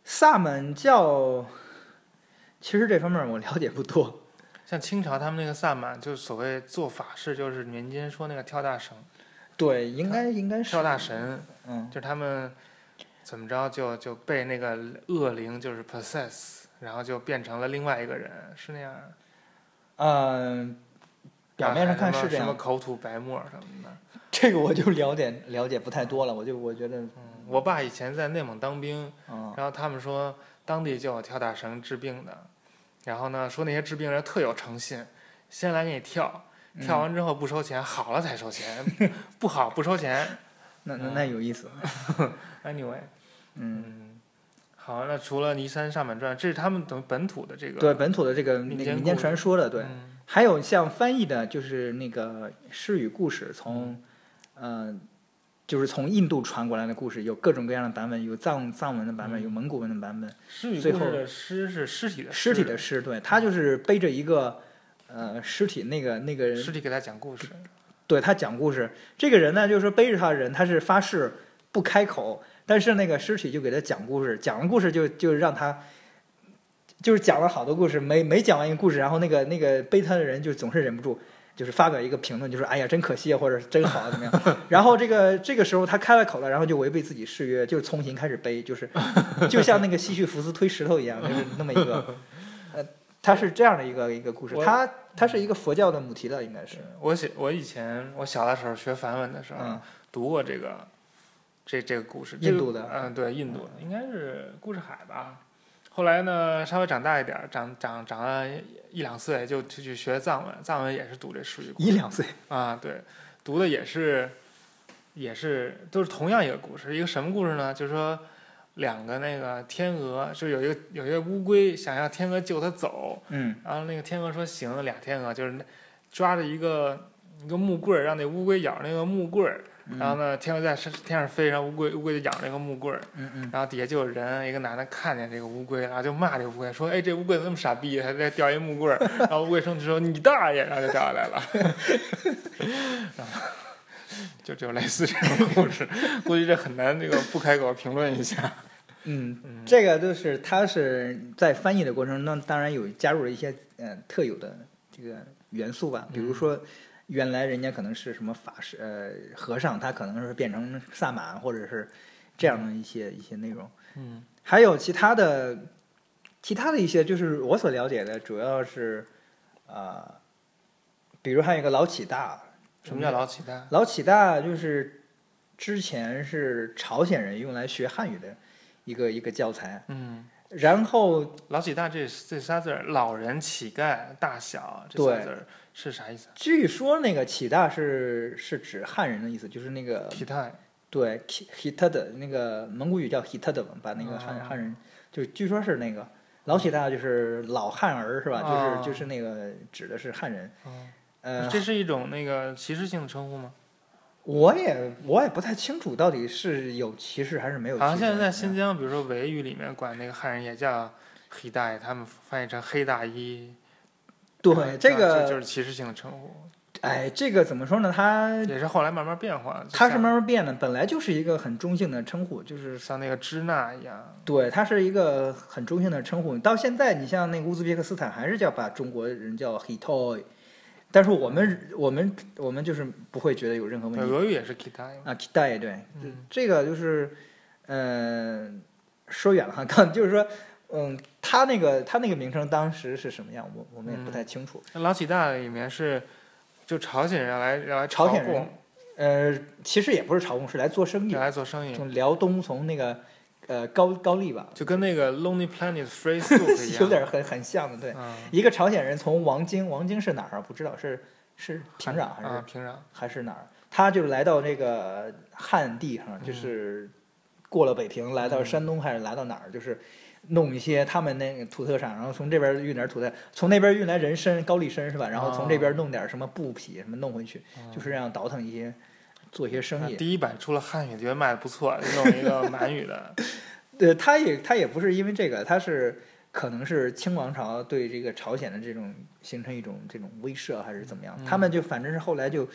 萨满教，其实这方面我了解不多。
像清朝他们那个萨满，就是所谓做法事，就是民间说那个跳大绳、
对，应该应该是
跳大神，
嗯
就是他们怎么着就就被那个恶灵就是 possess，然后就变成了另外一个人，是那样。
嗯、表面上看是这
啊什么
样，
口吐白沫什么的。
这个我就了解了解不太多了，我就我觉得，
嗯，我爸以前在内蒙当兵，
嗯，
然后他们说当地就有跳大绳治病的，然后呢说那些治病人特有诚信，先来给你跳，
嗯
跳完之后不收钱，好了才收钱， [laughs] 不好不收钱。
那那那有意思，
Anyway，
嗯，
嗯，好，那除了《尼山上满传》，这是他们等于本土的这个
对，本土的这个那
民
个
间
民间
故事
传说的，对，
嗯
还有像翻译的，就是那个诗与故事，从，
嗯
呃，就是从印度传过来的故事，有各种各样的版本，有藏藏文的版本，
嗯
有蒙古文的版本，
尸与
最
故
后
事的尸是尸体的
尸体的尸，对，他就是背着一个呃尸体，那个那个人，
尸体给他讲故事，
对他讲故事，这个人呢，就是说背着他的人，他是发誓不开口，但是那个尸体就给他讲故事，讲了故事就就让他。就是讲了好多故事，每每讲完一个故事，然后那个那个背他的人就总是忍不住，就是发表一个评论，就是哎呀真可惜啊，或者是真好啊怎么样。然后这个这个时候他开了口了，然后就违背自己誓约，就是从新开始背，就是就像那个西绪福斯推石头一样，就是那么一个，呃，他是这样的一个一个故事，
我
他他是一个佛教的母提的应该是，
我写我以前我小的时候学梵文的时候、
嗯，
读过这个这这个故事，
印度的
这个嗯，对，印度的应该是故事海吧。后来呢，稍微长大一点儿，长长长了一两岁，就就去学藏文，藏文也是读这诗与故事。
一两岁。
啊，对，读的也是，也是都是同样一个故事。一个什么故事呢？就是说，两个那个天鹅，是有一个有一个乌龟想要天鹅救它走，
嗯
然后那个天鹅说行，俩天鹅就是那抓着一个一个木棍儿，让那乌龟咬着那个木棍儿，
嗯
然后呢天鹅在天天上飞，然后乌龟乌龟就咬着那个木棍儿，
嗯嗯，
然后底下就有人，一个男的看见这个乌龟，然后就骂这乌龟说：“哎，这乌龟怎么那么傻逼，还在掉一木棍儿？”然后乌龟生气说：“你大爷！”然后就掉下来了。 [laughs] 然后就只有类似这种故事，估计这很难这个不开口评论一下。
嗯，这个就是它是在翻译的过程中，当然有加入了一些呃特有的这个元素吧，比如说。原来人家可能是什么法师呃和尚，他可能是变成萨满或者是这样的一些一些内容。
嗯
还有其他的，其他的一些就是我所了解的，主要是，呃，比如还有一个老乞大，
什么叫老乞丐？
老乞大就是之前是朝鲜人用来学汉语的一个一个教材，
嗯，
然后
老乞丐这这仨字儿，老人、乞丐、大小这仨
对
字儿是啥意思啊？
据说那个乞大是是指汉人的意思，就是那个
体态。
对 hit 的那个蒙古语叫 hit 的嘛，把那个汉、
哦
汉人就据说是那个老乞大就是老汉儿是吧？
哦
就是就是那个指的是汉人，
嗯，
呃，
这是一种那个歧视性的称呼吗？
我也我也不太清楚到底是有歧视还是没有歧视。
好像现在在新
嗯
疆，比如说维语里面管那个汉人也叫黑大爷，他们翻译成黑大衣。
对
这
这
样就就
个，
是歧视性的称呼，
哎，这个怎么说呢？它
也是后来慢慢变化。
它是
什
慢
么？
慢变的，本来就是一个很中性的称呼，就是
像那个支那一样，
对，它是一个很中性的称呼。到现在，你像那个乌兹别克斯坦，还是叫把中国人叫 hitoy，但是我们我们我们就是不会觉得有任何问
对
题
俄语也是 kita 嘛。
啊。大爷，对，
嗯
这个就是，呃，说远了哈，刚就是说，嗯，他那个他那个名称当时是什么样，我我们也不太清楚。
那老乞大里面是就朝鲜人来来
朝鲜人
贡，
呃，其实也不是朝贡，是来做生意
要
的，
来做生意，
从辽东从那个呃高高丽吧，
就跟那个 Lonely Planet Free
[laughs]
Soup 一样。
有点很很像的，对。
嗯
一个朝鲜人从王京，王京是哪儿啊？不知道是是平壤还是、
啊，平壤。
还是哪儿？他就来到这个汉地上，
嗯
就是过了北平，来到山东还是来到哪儿，就是弄一些他们那个土特产，然后从这边运点土特，从那边运来人参、高丽参是吧？然后从这
啊
边弄点什么布匹什么弄回去，
嗯
就是这样倒腾一些做一些生
啊
意。
第一版出了汉语，觉得卖的不错，就弄一个满语的。
呃，他也他也不是因为这个，他是可能是清王朝对这个朝鲜的这种形成一种这种威慑，还是怎么样？
嗯
他们就反正是后来就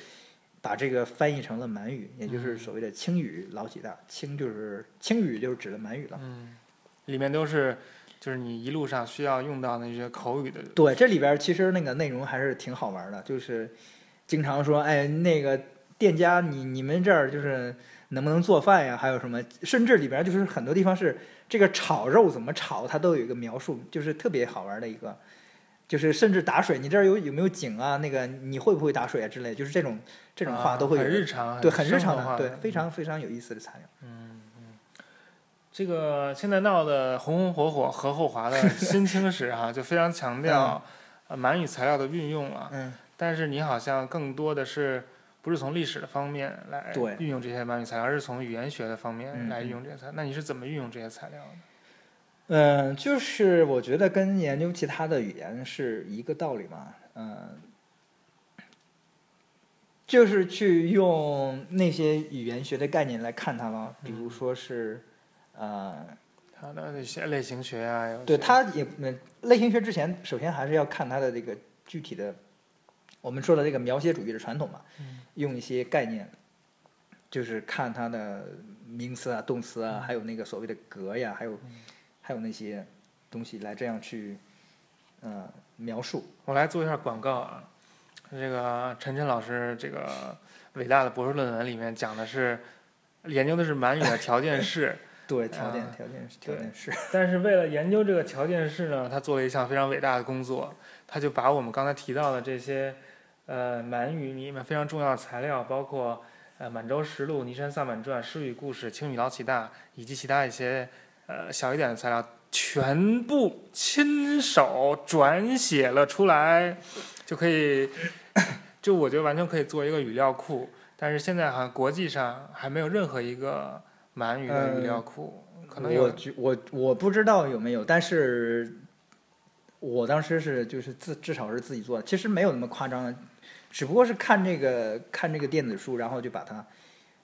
把这个翻译成了满语，也就是
嗯
所谓的清语老几大，清就是清语就是指的满语了。
嗯，里面都是就是你一路上需要用到那些口语的。
对，这里边儿其实那个内容还是挺好玩儿的，就是经常说，哎，那个店家，你你们这儿就是能不能做饭呀？还有什么，甚至里边儿就是很多地方是这个炒肉怎么炒，它都有一个描述，就是特别好玩儿的一个，就是甚至打水，你这儿有有没有井啊？那个你会不会打水啊之类，就是这种这种话
啊
都会有，
很日常，
对，很日常
生活化
的，对，非
嗯
常非常有意思的材料。
嗯，嗯，这个现在闹得红红火火、和后华的新清史哈、 [laughs] 就非常强调呃满语材料的运用了。
嗯，
但是你好像更多的是不是从历史的方面来
对
运用这些满语材料，而是从语言学的方面
嗯
来运
嗯
用这些材料。那你是怎么运用这些材料的？
嗯，就是我觉得跟研究其他的语言是一个道理嘛，嗯，就是去用那些语言学的概念来看它了，比如说是，呃，
它的那些类型学啊，有
对
些
它也嗯类型学之前，首先还是要看它的这个具体的，我们说的这个描写主义的传统嘛，
嗯
用一些概念，就是看它的名词啊、动词啊，还有那个所谓的格呀，还有
嗯
还有那些东西来这样去，呃，描述。
我来做一下广告啊。这个陈晨老师这个伟大的博士论文里面讲的是研究的是满语的条件式。
对，条件
啊
条件条
对
件是，
但是为了研究这个条件式呢，他做了一项非常伟大的工作，他就把我们刚才提到的这些，呃，满语里面非常重要的材料，包括呃《满洲实录》《尼山萨满传》《诗语故事》《青语老乞大》以及其他一些呃小一点的材料，全部亲手转写了出来，就可以，就我觉得完全可以做一个语料库。但是现在好像国际上还没有任何一个满语的语料库，可能
我
有
觉我我不知道有没有，但是我当时是就是自至少是自己做的，其实没有那么夸张的，只不过是看这个看这个电子书，然后就把它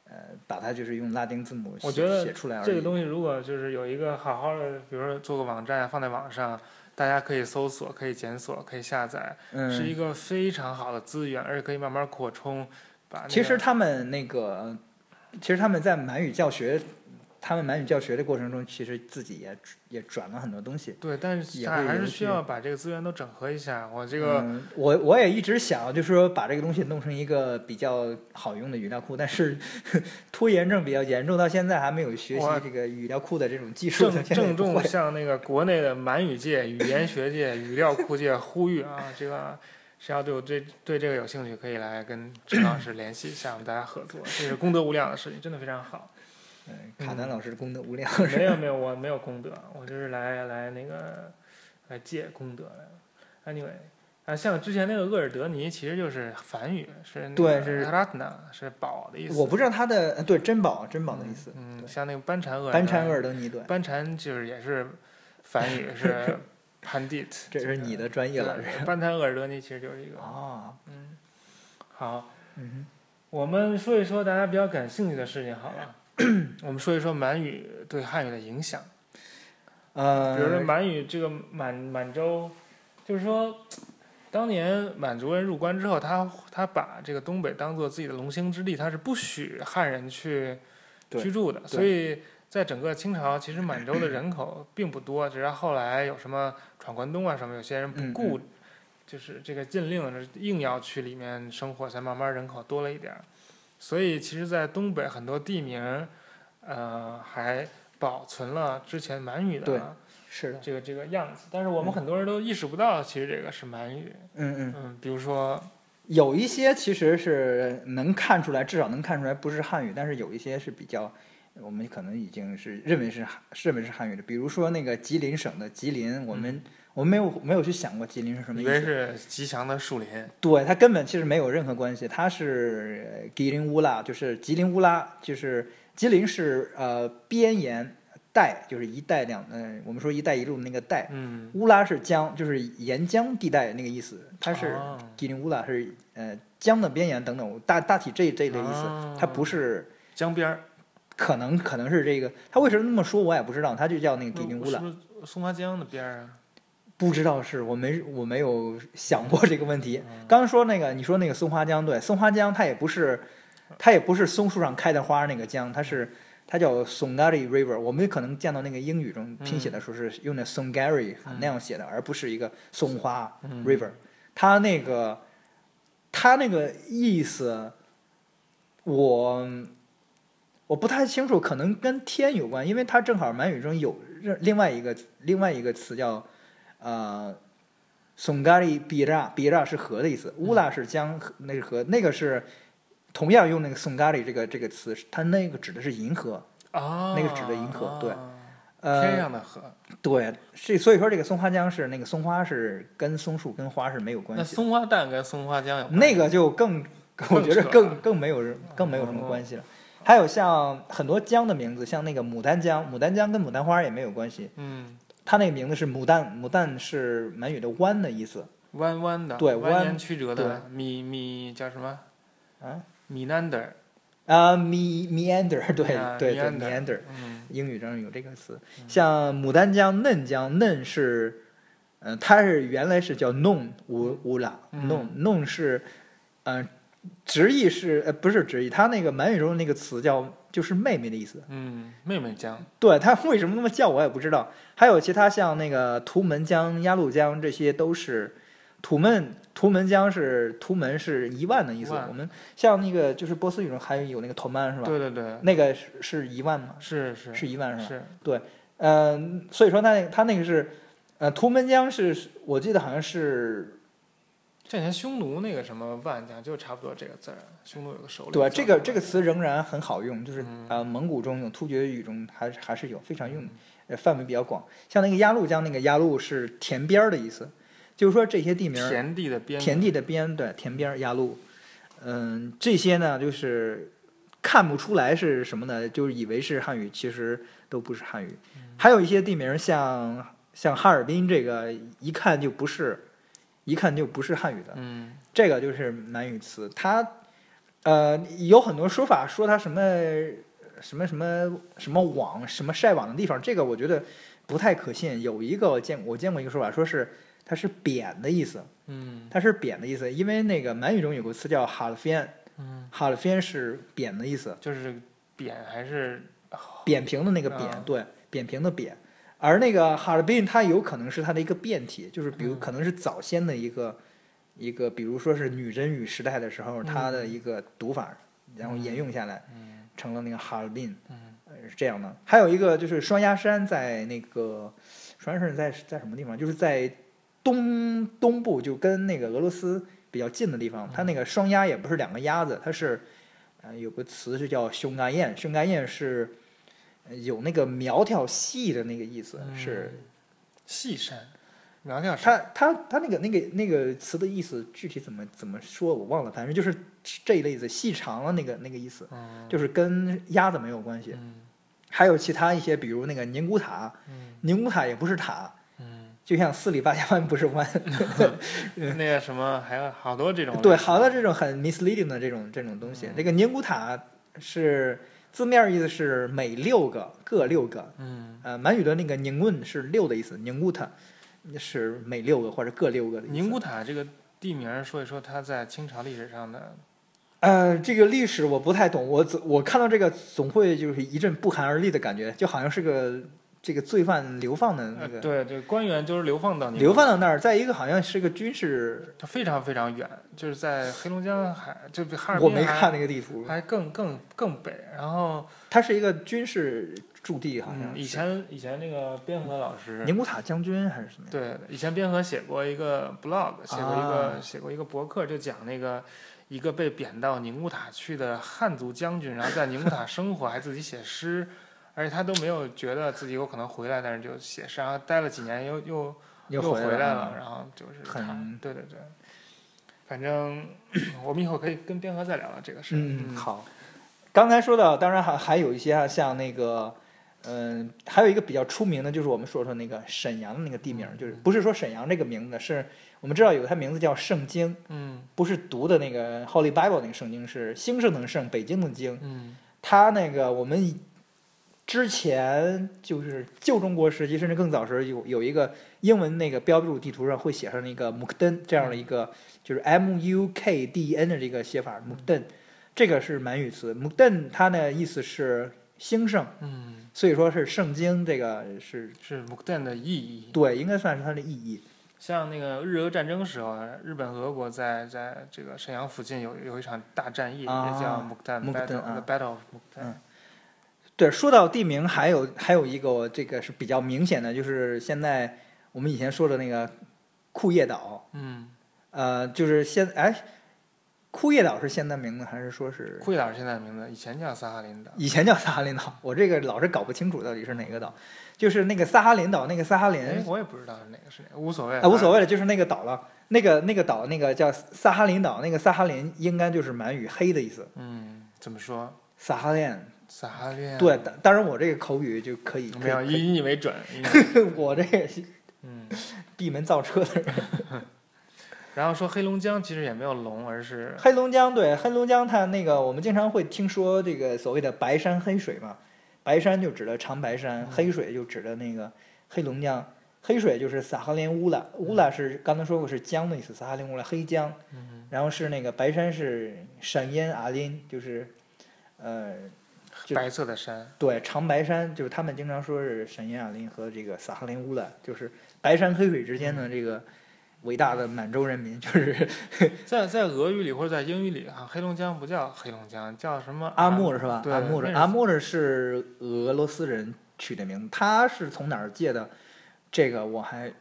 呃把它就是用拉丁字母写
我觉得
写出来而已。
这个东西，如果就是有一个好好的，比如说做个网站放在网上，大家可以搜索、可以检索、可以下载，是一
嗯，
个非常好的资源，而且可以慢慢扩充。把那个、
嗯其实他们那个其实他们在满语教学，他们满语教学的过程中，其实自己也也转了很多东西。
对，但是
也
但
会
还
有
是
一
需
些
要把这个资源都整合一下。我这个、
嗯、我我也一直想，就是说把这个东西弄成一个比较好用的语料库，但是 [laughs] 拖延症比较严重，到现在还没有学习
我
这个语料库的这种技术， [laughs]
郑
现在也
郑
不
重
会
向那个国内的满语界、语言学界、 [laughs] 语料库界呼吁啊，这个谁要对我对对这个有兴趣，可以来跟陈老师联系一下，我们大家合作，这是功德无量的事情，真的非常好。
嗯卡南老师功德无量， [laughs]
没有没有，我没有功德，我就是来来那个来借功德来了。Anyway，啊，像之前那个厄尔德尼其实就是梵语，是那
对
个
是
ratna，是宝的意思。
我不知道他的呃对珍宝珍宝的意思，
嗯，
对
像那个班禅厄尔德
班禅厄尔德尼对，
班禅就是也是梵语
[laughs]
是 pandit，
这是你的专业了，
对班禅厄尔德尼其实就是一
这
个
个啊，
嗯，好，
嗯
我们说一说大家比较感兴趣的事情好
[clears throat]
了。我们说一说满语对汉语的影响。
哼呃，
比如说满语这个满满洲，就是说，当年满族人入关之后，他他把这个东北当做自己的龙兴之地，他是不许汉人去
对
居住的。所以在整个清朝，其实满洲的人
[clears throat]
口并不多，直到后来有什么闯关东啊什么，有些人不
嗯
顾。就是这个禁令，硬要去里面生活，才慢慢人口多了一点儿。所以，其实，在东北很多地名，呃，还保存了之前满语的
对嗯是的，
这个这个样子，但是我们很多人都意识不到，其实这个是满语。
嗯嗯，
嗯，比如说，
有一些其实是能看出来，至少能看出来不是汉语，但是有一些是比较，我们可能已经是认为是汉认为是汉语的，比如说那个吉林省的吉林，我们、我们没有没有去想过吉林是什么
以
意
为
思，
是吉祥的树林，
对，它根本其实没有任何关系，它是呃吉林乌拉，就是吉林乌拉，就是吉林是呃边沿带，就是一带两，呃，我们说一带一路的那个带，
嗯，
乌拉是江，就是沿江地带那个意思，它是
哦
吉林乌拉是呃江的边沿等等，大大体这这一类意思，
哦
它不是
江边儿，
可能可能是这个，它为什么那么说我也不知道，它就叫那个吉林乌
是
拉，
不是松花江的边儿啊？
不知道是我没我没有想过这个问题。
嗯
刚刚说那个你说那个松花江，对，松花江它也不是它也不是松树上开的花那个江，它是。它叫 Songari River，我们可能见到那个英语中拼写的时候是用的 Songari
嗯
那样写的，而不是一个松花。
嗯
river，它那个它那个意思，我我不太清楚，可能跟天有关，因为它正好满语中有另另外一个另外一个词叫呃。Songari Bira Bira 是河的意
嗯
思，乌拉是江，那是河，那个是同样用那个 Songari 这个这个词，它那个指的是银河。
啊，
那个指的银河对
对，天
呃，
上的河。
对，是所以说这个松花江是那个松花是跟松树跟花是没有关
那
系的。
松花蛋跟松花江有关
那个就更，
更
我觉得
扯哦
更更没有人更没有什么关系了。还有像很多江的名字，像那个牡丹江，牡丹江跟牡丹花也没有关系，
嗯，
它那个名字是牡丹，牡丹是满语的弯的意思。
弯弯的，
对
蜿蜒
弯
曲折的，米米叫什么
啊
？meander，
啊、m e meander，对
啊
对对
meander
，meander，
嗯，
英语中有这个词。像牡丹江、嫩江，嫩是，嗯、它是原来是叫弄乌乌拉，
嗯
弄弄是，嗯、直译是呃不是直译，它那个满语中那个词叫就是妹妹的意思。
嗯，妹妹江，
对它为什么那么叫，我也不知道。还有其他像那个图们江、鸭绿江，这些都是图们图们江是图们是一万的意思
一万。
我们像那个就是波斯语中韩语有那个头曼是吧？
对对对，
那个是是一万吗？
是是
是一万是吧？
是，
嗯、所以说它那它那个是，呃，图们江是我记得好像是
这前匈奴那个什么万江就差不多这个字儿，匈奴有个首领。
对吧这个这个
词
词仍然很好用，就是
嗯
呃蒙古中有突厥语中还是还是有非常用的。呃，范围比较广。像那个鸭绿江，那个鸭绿是田边儿的意思，就是说这些地名儿，
田地的边缘
田地的边，对，田边儿鸭绿。嗯，这些呢，就是看不出来是什么呢？就是以为是汉语，其实都不是汉语。
嗯
还有一些地名像像哈尔滨这个，一看就不是，一看就不是汉语的，
嗯
这个就是南语词。它呃有很多说法说它什么什么什么什么网什么晒网的地方，这个我觉得不太可信。有一个我见我见过一个说法，说是它是扁的意思，
嗯
它是扁的意思，因为那个满语中有个词叫哈尔滨，
嗯，
哈尔滨是扁的意思，
就是扁还是
扁平的那个扁，
啊
对，扁平的扁。而那个哈尔滨，它有可能是它的一个变体，就是比如
嗯
可能是早先的一个、一个，比如说是女真语时代的时候，
嗯
它的一个读法，然后沿用下来
嗯
成了那个哈尔滨，
嗯
呃是这样的。还有一个就是双鸭山在那个双鸭山在在什么地方？就是在东东部，就跟那个俄罗斯比较近的地方。它那个双鸭也不是两个鸭子，它是呃有个词就叫熊嘎燕，熊嘎燕是呃有那个苗条细的那个意思，
嗯
是
细山，苗条
它
山，
它它那个那个那个词的意思具体怎么怎么说我忘了，反正就是这一类的细长了那个那个意思，
嗯
就是跟鸭子没有关系。
嗯
还有其他一些，比如那个宁古塔，
嗯
宁古塔也不是塔，
嗯，
就像四里八家湾不是湾。
那个什么还有好多这种
嗯呃对，好的，这种很 misleading 的这种这种东西。
嗯
这个宁古塔是字面意思是每六个各六个，
嗯，
呃，满语的那个宁问是六的意思，宁古塔是每六个或者各六个的意思。
宁古塔这个地名，说一说它在清朝历史上的，
呃，这个历史我不太懂，我总我看到这个总会就是一阵不寒而栗的感觉，就好像是个这个罪犯流放的那
呃
个、
对对，官员就是流放到宁古塔
流放到那儿，在一个好像是个军事，
它非常非常远，就是在黑龙江海，就比哈尔滨
我没
还
看那个地图。
还更更更北。然后，
它是一个军事驻地，好像
嗯，
是
以前以前那个边河老师，
宁古塔将军还是什么呀？
对，以前边河写过一个 blog，写过一个、
啊
写过一个博客，就讲那个一个被贬到宁古塔去的汉族将军，然后在宁古
[laughs]
塔生活，还自己写诗，而且他都没有觉得自己有可能回来，但是就写诗，然后待了几年又又
又
回
来
来了，。然后就是
很
他，对对对，反正 [clears throat] 我们以后可以跟边河再聊聊这个事儿。
嗯，好。刚才说到，当然还还有一些啊，像那个，嗯、还有一个比较出名的，就是我们说说那个沈阳的那个地名，
嗯
就是不是说沈阳这个名字，是我们知道有个它名字叫圣经，
嗯
不是读的那个 Holy Bible 那个圣经，是兴盛的盛，北京的京。
嗯
它那个我们之前就是旧中国时期，甚至更早时候有有一个英文那个标注地图上会写上那个 mukden 这样的一个就是 m u k d e n 的这个写法 mukden，这个是满语词 mukden，它的意思是兴盛，
嗯，
所以说是圣经这个是
是木旦的意义。
对，应该算是它的意义。
像那个日俄战争时候，啊日本、俄国在在这个沈阳附近有有一场大战役，
啊
也叫穆克旦
穆克旦
Battle，
啊
The Battle of 穆克旦
嗯。对，说到地名，还有还有一个这个是比较明显的，就是现在我们以前说的那个库页岛，
嗯，
呃，就是现哎，库页岛是现在名字还是说是
库页岛是现在的名字，以前叫萨哈林岛。
以前叫萨哈林岛？我这个老是搞不清楚到底是哪个岛。就是那个萨哈林岛，那个萨哈林，
哎，我也不知道是哪个是哪个，无所谓。
哎，无所谓了，就是那个岛了。那个那个岛，那个叫萨哈林岛，那个萨哈林应该就是满语“黑”的意思。
嗯，怎么说？
萨哈林，
萨哈林。
对，，当当然我这个口语就可以，
嗯没有
可以
以你为准。以
[laughs]
你为准
我这个是
嗯，
闭门造车的人。
然后说黑龙江其实也没有龙，而是
黑龙江，对，黑龙江它那个我们经常会听说这个所谓的白山黑水嘛，白山就指的长白山，
嗯
黑水就指的那个黑龙江，黑水就是撒哈林乌拉，乌拉是刚才说过是江的意思，撒哈林乌拉黑江，
嗯
然后是那个白山是闪烟阿林，就是呃就
白色的山。
对长白山，就是他们经常说是闪烟阿林和这个撒哈林乌拉，就是白山黑水之间的这个伟大的满洲人民，就是
在在俄语里或者在英语里啊，黑龙江不叫黑龙江，叫什么？啊
阿穆尔是吧？
嗯对
阿穆尔，
那是
阿穆尔是俄罗斯人取的名字，他是从哪儿借的？这个我还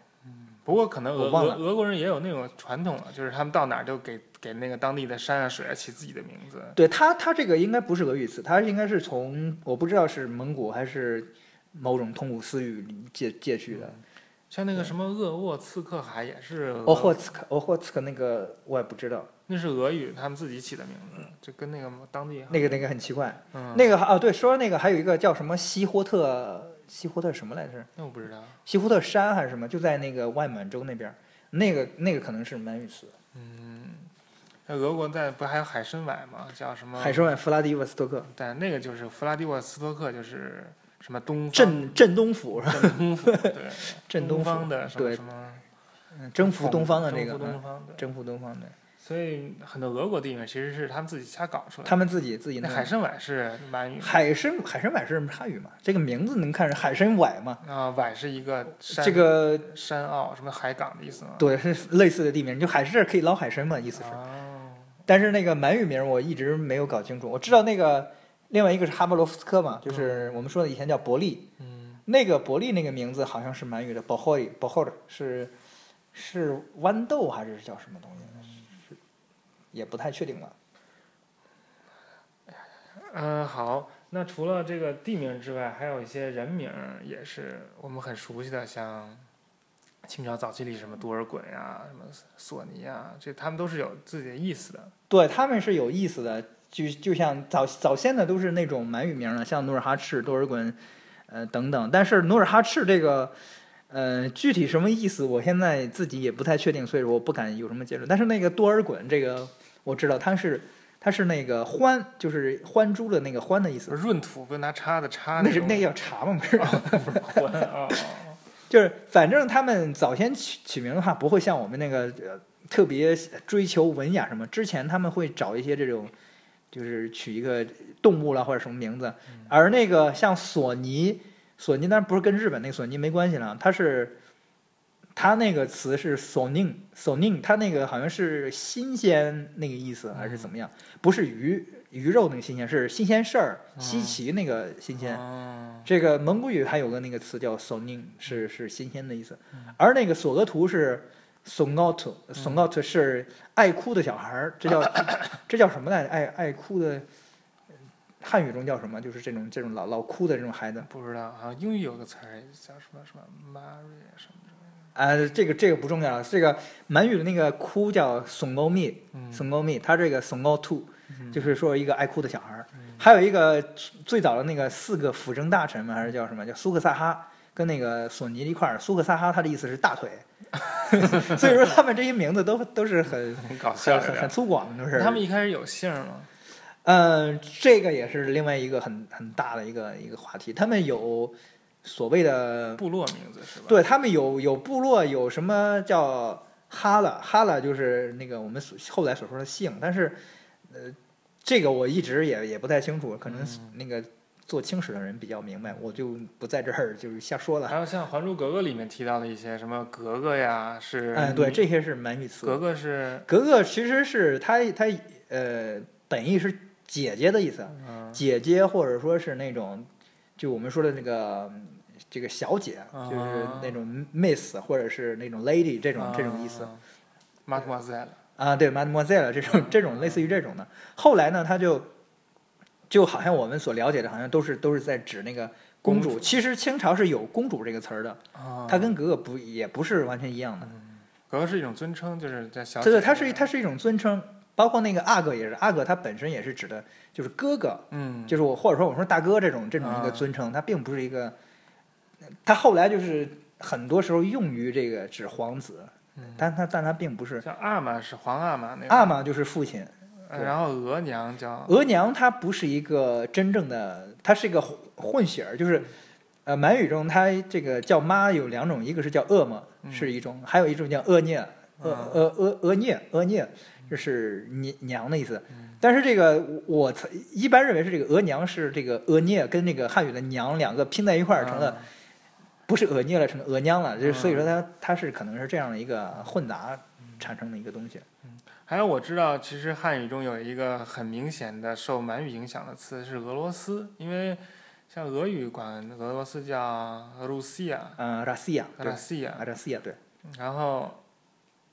不过可能俄
我忘
俄
了
俄国人也有那种传统了，就是他们到哪儿就给给那个当地的山啊水啊起自己的名字。
对他，他这个应该不是俄语词，他应该是从我不知道是蒙古还是某种通古斯语里借借去的。
嗯像那个什么鄂沃次克海也是俄
哦霍茨克，哦霍茨克那个我也不知道，
那是俄语，他们自己起的名字，就跟那个当地
那个那个很奇怪。
嗯
那个啊，对，说那个还有一个叫什么西霍特，西霍特什么来着？
那我不知道，
西霍特山还是什么？就在那个外满洲那边儿，那个那个可能是满语词。
嗯，那俄国在不还有海参崴吗？叫什么？
海参崴弗拉迪沃斯托克，
但那个就是弗拉迪沃斯托克，就是什么东方
镇镇东府是吧？
镇东
[laughs]
府，对，
镇
东
东
方的什么
对
什么
嗯征服东方的那
那
个，
东
嗯
方的。嗯
征服东方的，
所以很多俄国地名其实是他们自己瞎搞出来的。
他们自己自己
那
弄
海
的。
参崴是满语，
海参海参崴是汉语嘛？这个名字能看出海参崴嘛？
啊，崴是一个山，
这个
山坳什么海港的意思吗？
对是类似的地名，就海参这儿可以捞海参嘛，意思是。
哦，
但是那个满语名我一直没有搞清楚，我知道那个另外一个是哈巴罗夫斯科嘛，就是我们说的以前叫伯利，
嗯，
那个伯利那个名字好像是满语的 b o h o i b o h o r 是是豌豆还是叫什么东西？是也不太确定了。
嗯，好。那除了这个地名之外，还有一些人名儿也是我们很熟悉的，像清朝早期里什么多尔衮呀、什么索尼啊，这他们都是有自己的意思的。
对，他们是有意思的，就就像早早先的都是那种满语名了，像努尔哈赤、多尔衮，呃等等。但是努尔哈赤这个，呃，具体什么意思，我现在自己也不太确定，所以我不敢有什么结论。但是那个多尔衮这个，我知道他是他是那个欢，就是欢猪的那个欢的意思。
闰土不是拿叉子叉
那是
种
那个叫茶吗？不是，
不是混 [laughs] 啊，哦哦
就是反正他们早先取取名的话，不会像我们那个呃特别追求文雅什么。之前他们会找一些这种，就是取一个动物啦或者什么名字，而那个像索尼，索尼当然不是跟日本那个索尼没关系了，它是。它那个词是 “soning soning”，它那个好像是新鲜那个意思，还是怎么样？不是鱼鱼肉那个新鲜，是新鲜事儿、稀
嗯
奇那个新鲜。
哦
这个蒙古语还有个那个词叫 “soning”，是是新鲜的意思
嗯，
而那个索额图是 s o n g o t s o n g o t 是爱哭的小孩儿，这叫这叫什么来着？爱爱哭的，汉语中叫什么？就是这种这种老老哭的这种孩子。
不知道，好像英语有个词儿叫什么什么 Maria 什么
啊，这个这个不重要了。这个满语的那个哭叫 s o n g o m i
嗯
s o n g o m i 它这个 s o n g o t u
嗯
就是说一个爱哭的小孩儿。
嗯
还有一个最早的那个四个辅政大臣嘛，还是叫什么？叫苏克萨哈，跟那个索尼一块儿。苏克萨哈他的意思
[laughs]
是大腿，所以说他们这些名字都都是很
[laughs] [laughs] 很搞笑
很很
的
很。粗犷的，都是。
他们一开始有姓儿吗？
嗯、这个也是另外一个很很大的一个一个话题。他们有所谓的，
部落名字是吧？，
对他们有有部落，有什么叫哈拉？哈拉就是那个我们所后来所说的姓，但是呃，这个我一直也也不太清楚，可能
嗯
那个做清史的人比较明白，我就不在这儿就是瞎说了。
还有像《还珠格格》里面提到的一些什么格格呀，是
嗯，对，这些是满语词。
格格是
格格其实是它它呃本意是姐姐的意思，
嗯
姐姐或者说是那种就我们说的那个嗯这个小姐，就是
啊
那种 miss 或者是那种 lady 这种这种意
呃
思。。
马古马斯来了，
啊，对，Mademoiselle 这种这种类似于这种的。后来呢，他就就好像我们所了解的，好像都是都是在指那个公主。
公主
其实清朝是有公主这个词儿的，
哦嗯
它啊跟格格不也不是完全一样的。
格格是一种尊称，就是在小姐
对对，
姐
它是它是一种尊称，包括那个阿哥也是，阿哥它本身也是指的就是哥哥，
嗯，
就是我或者说我说大哥这种这种一个
啊
尊称，它并不是一个，它后来就是很多时候用于这个指皇子，
嗯
但它但它并不是。
像阿玛是皇阿玛那个
阿玛就是父亲，
呃然后额娘叫
额娘她不是一个真正的，她是一个混混血儿，就是，呃，满语中她这个叫妈有两种，一个是叫恶嘛，
嗯
是一种，还有一种叫恶孽，恶
啊
恶恶恶孽恶孽，就是娘娘的意思
嗯。
但是这个我我曾一般认为是这个额娘是这个额孽跟这个汉语的娘两个拼在一块儿成了，
嗯
不是额孽了，成了额娘了，就是所以
啊
说它它是可能是这样的一个混杂产生的一个东西。
还有我知道，其实汉语中有一个很明显的受满语影响的词是俄罗斯，因为像俄语管俄罗斯叫 Russia、
呃，Russia，对
Russia，嗯
，Russia，对，
然后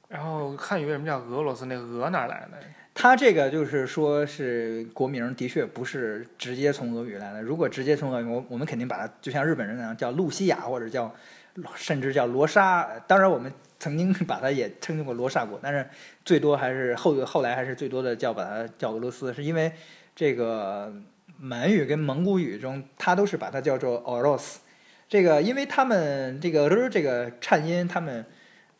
然后汉语为什么叫俄罗斯？那个俄哪儿来的？
它这个就是说是国名，的确不是直接从俄语来的。如果直接从俄语，我我们肯定把它就像日本人那样叫露西亚，或者叫甚至叫罗莎。当然，我们曾经把它也称过罗刹国，但是最多还是后后来还是最多的叫把它叫俄罗斯，是因为这个满语跟蒙古语中，它都是把它叫做 Oros。这个因为他们这个 r 这个颤音，他们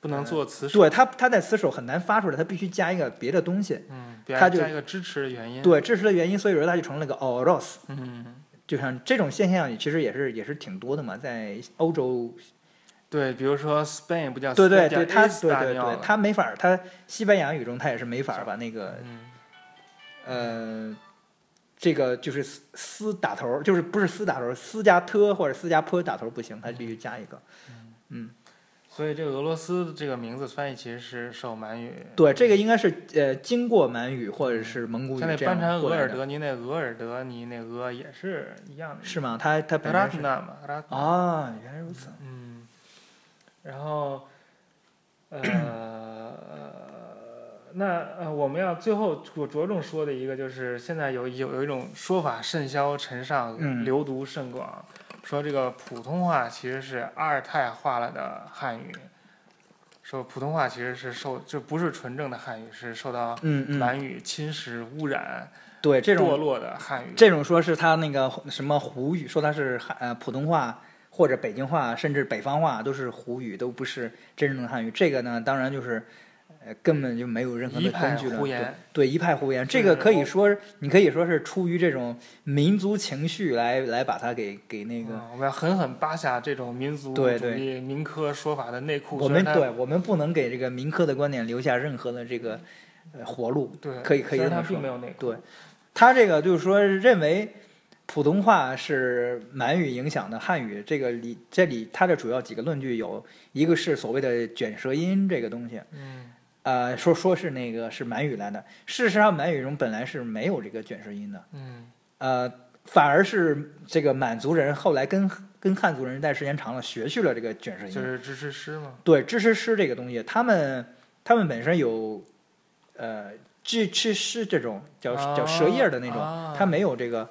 不能做词首，
呃对它它在词首很难发出来，它必须加一个别的东西。
嗯，加
它就
加一个支持的原因。，
对，这是的原因，所以说它就成了个 oros，
嗯，
就像这种现象，其实也是也是挺多的嘛，在欧洲，
对，比如说 Spain 不叫
对
Spain，
对
叫
对，它对
Español
对对，它没法儿，它西班牙语中它也是没法儿把那个
嗯，
呃，这个就是斯斯打头儿，就是不是斯打头儿，斯加特或者斯加坡打头儿不行，它必须加一个。
所以这个俄罗斯这个名字翻译其实是受满语。
对，这个应该是呃经过满语或者是蒙古语
像那
这
班
样
禅
过
额
来
尔
的，
德尼那额尔德尼那俄也是一样的。
是吗？它它本身是
Ratna 嘛，Ratna，
啊，原来如此。
嗯，然后，呃，那呃，我们要最后着着重说的一个就是，现在有有有一种说法甚嚣尘上，
嗯
流毒甚广，说这个普通话其实是阿尔泰化了的汉语，说普通话其实是受就不是纯正的汉语，是受到
嗯嗯，
满语侵蚀、污染、
对这种
堕落的汉语。
这种说是他那个什么胡语，说他是汉呃普通话或者北京话，甚至北方话都是胡语，都不是真正的汉语。这个呢，当然就是呃根本就没有任何
一
的
派
根据了
胡。言，哦
对对一派胡言，
就是
这个可以说你可以说是出于这种民族情绪来来把它给给那个。
嗯我们要狠狠扒下这种民族主
对
义、民科说法的内裤。
我们
虽然
对我们不能给这个民科的观点留下任何的这个呃活路。
它对
可以可以
虽然
这么
它
说
并没有内裤。
对他这个就是说认为普通话是满语影响的汉语，这个里这里他的主要几个论据有一个是所谓的卷舌音这个东西，
嗯，
呃，说说是那个是满语来的，事实上满语中本来是没有这个卷舌音的，
嗯
呃，反而是这个满族人后来跟跟汉族人在时间长了学去了这个卷舌
嗯，
音，
就是支持诗嘛。
对支持诗这个东西，他们他们本身有呃支持诗这种叫
哦
叫舌叶儿的那种。
啊
他没有这个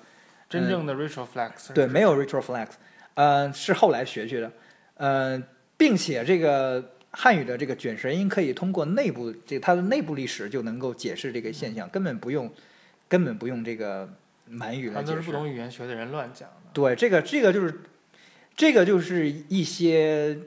真正的 racial flex。
对，没有 retro flex，呃，是后来学去的，呃，并且这个汉语的这个卷舌音可以通过内部这它的内部历史就能够解释这个现
嗯
象，根本不用根本不用这个满语
他
来解
都
释
是不。懂语言学的人乱讲的。
对，这个这个就是这个就是一些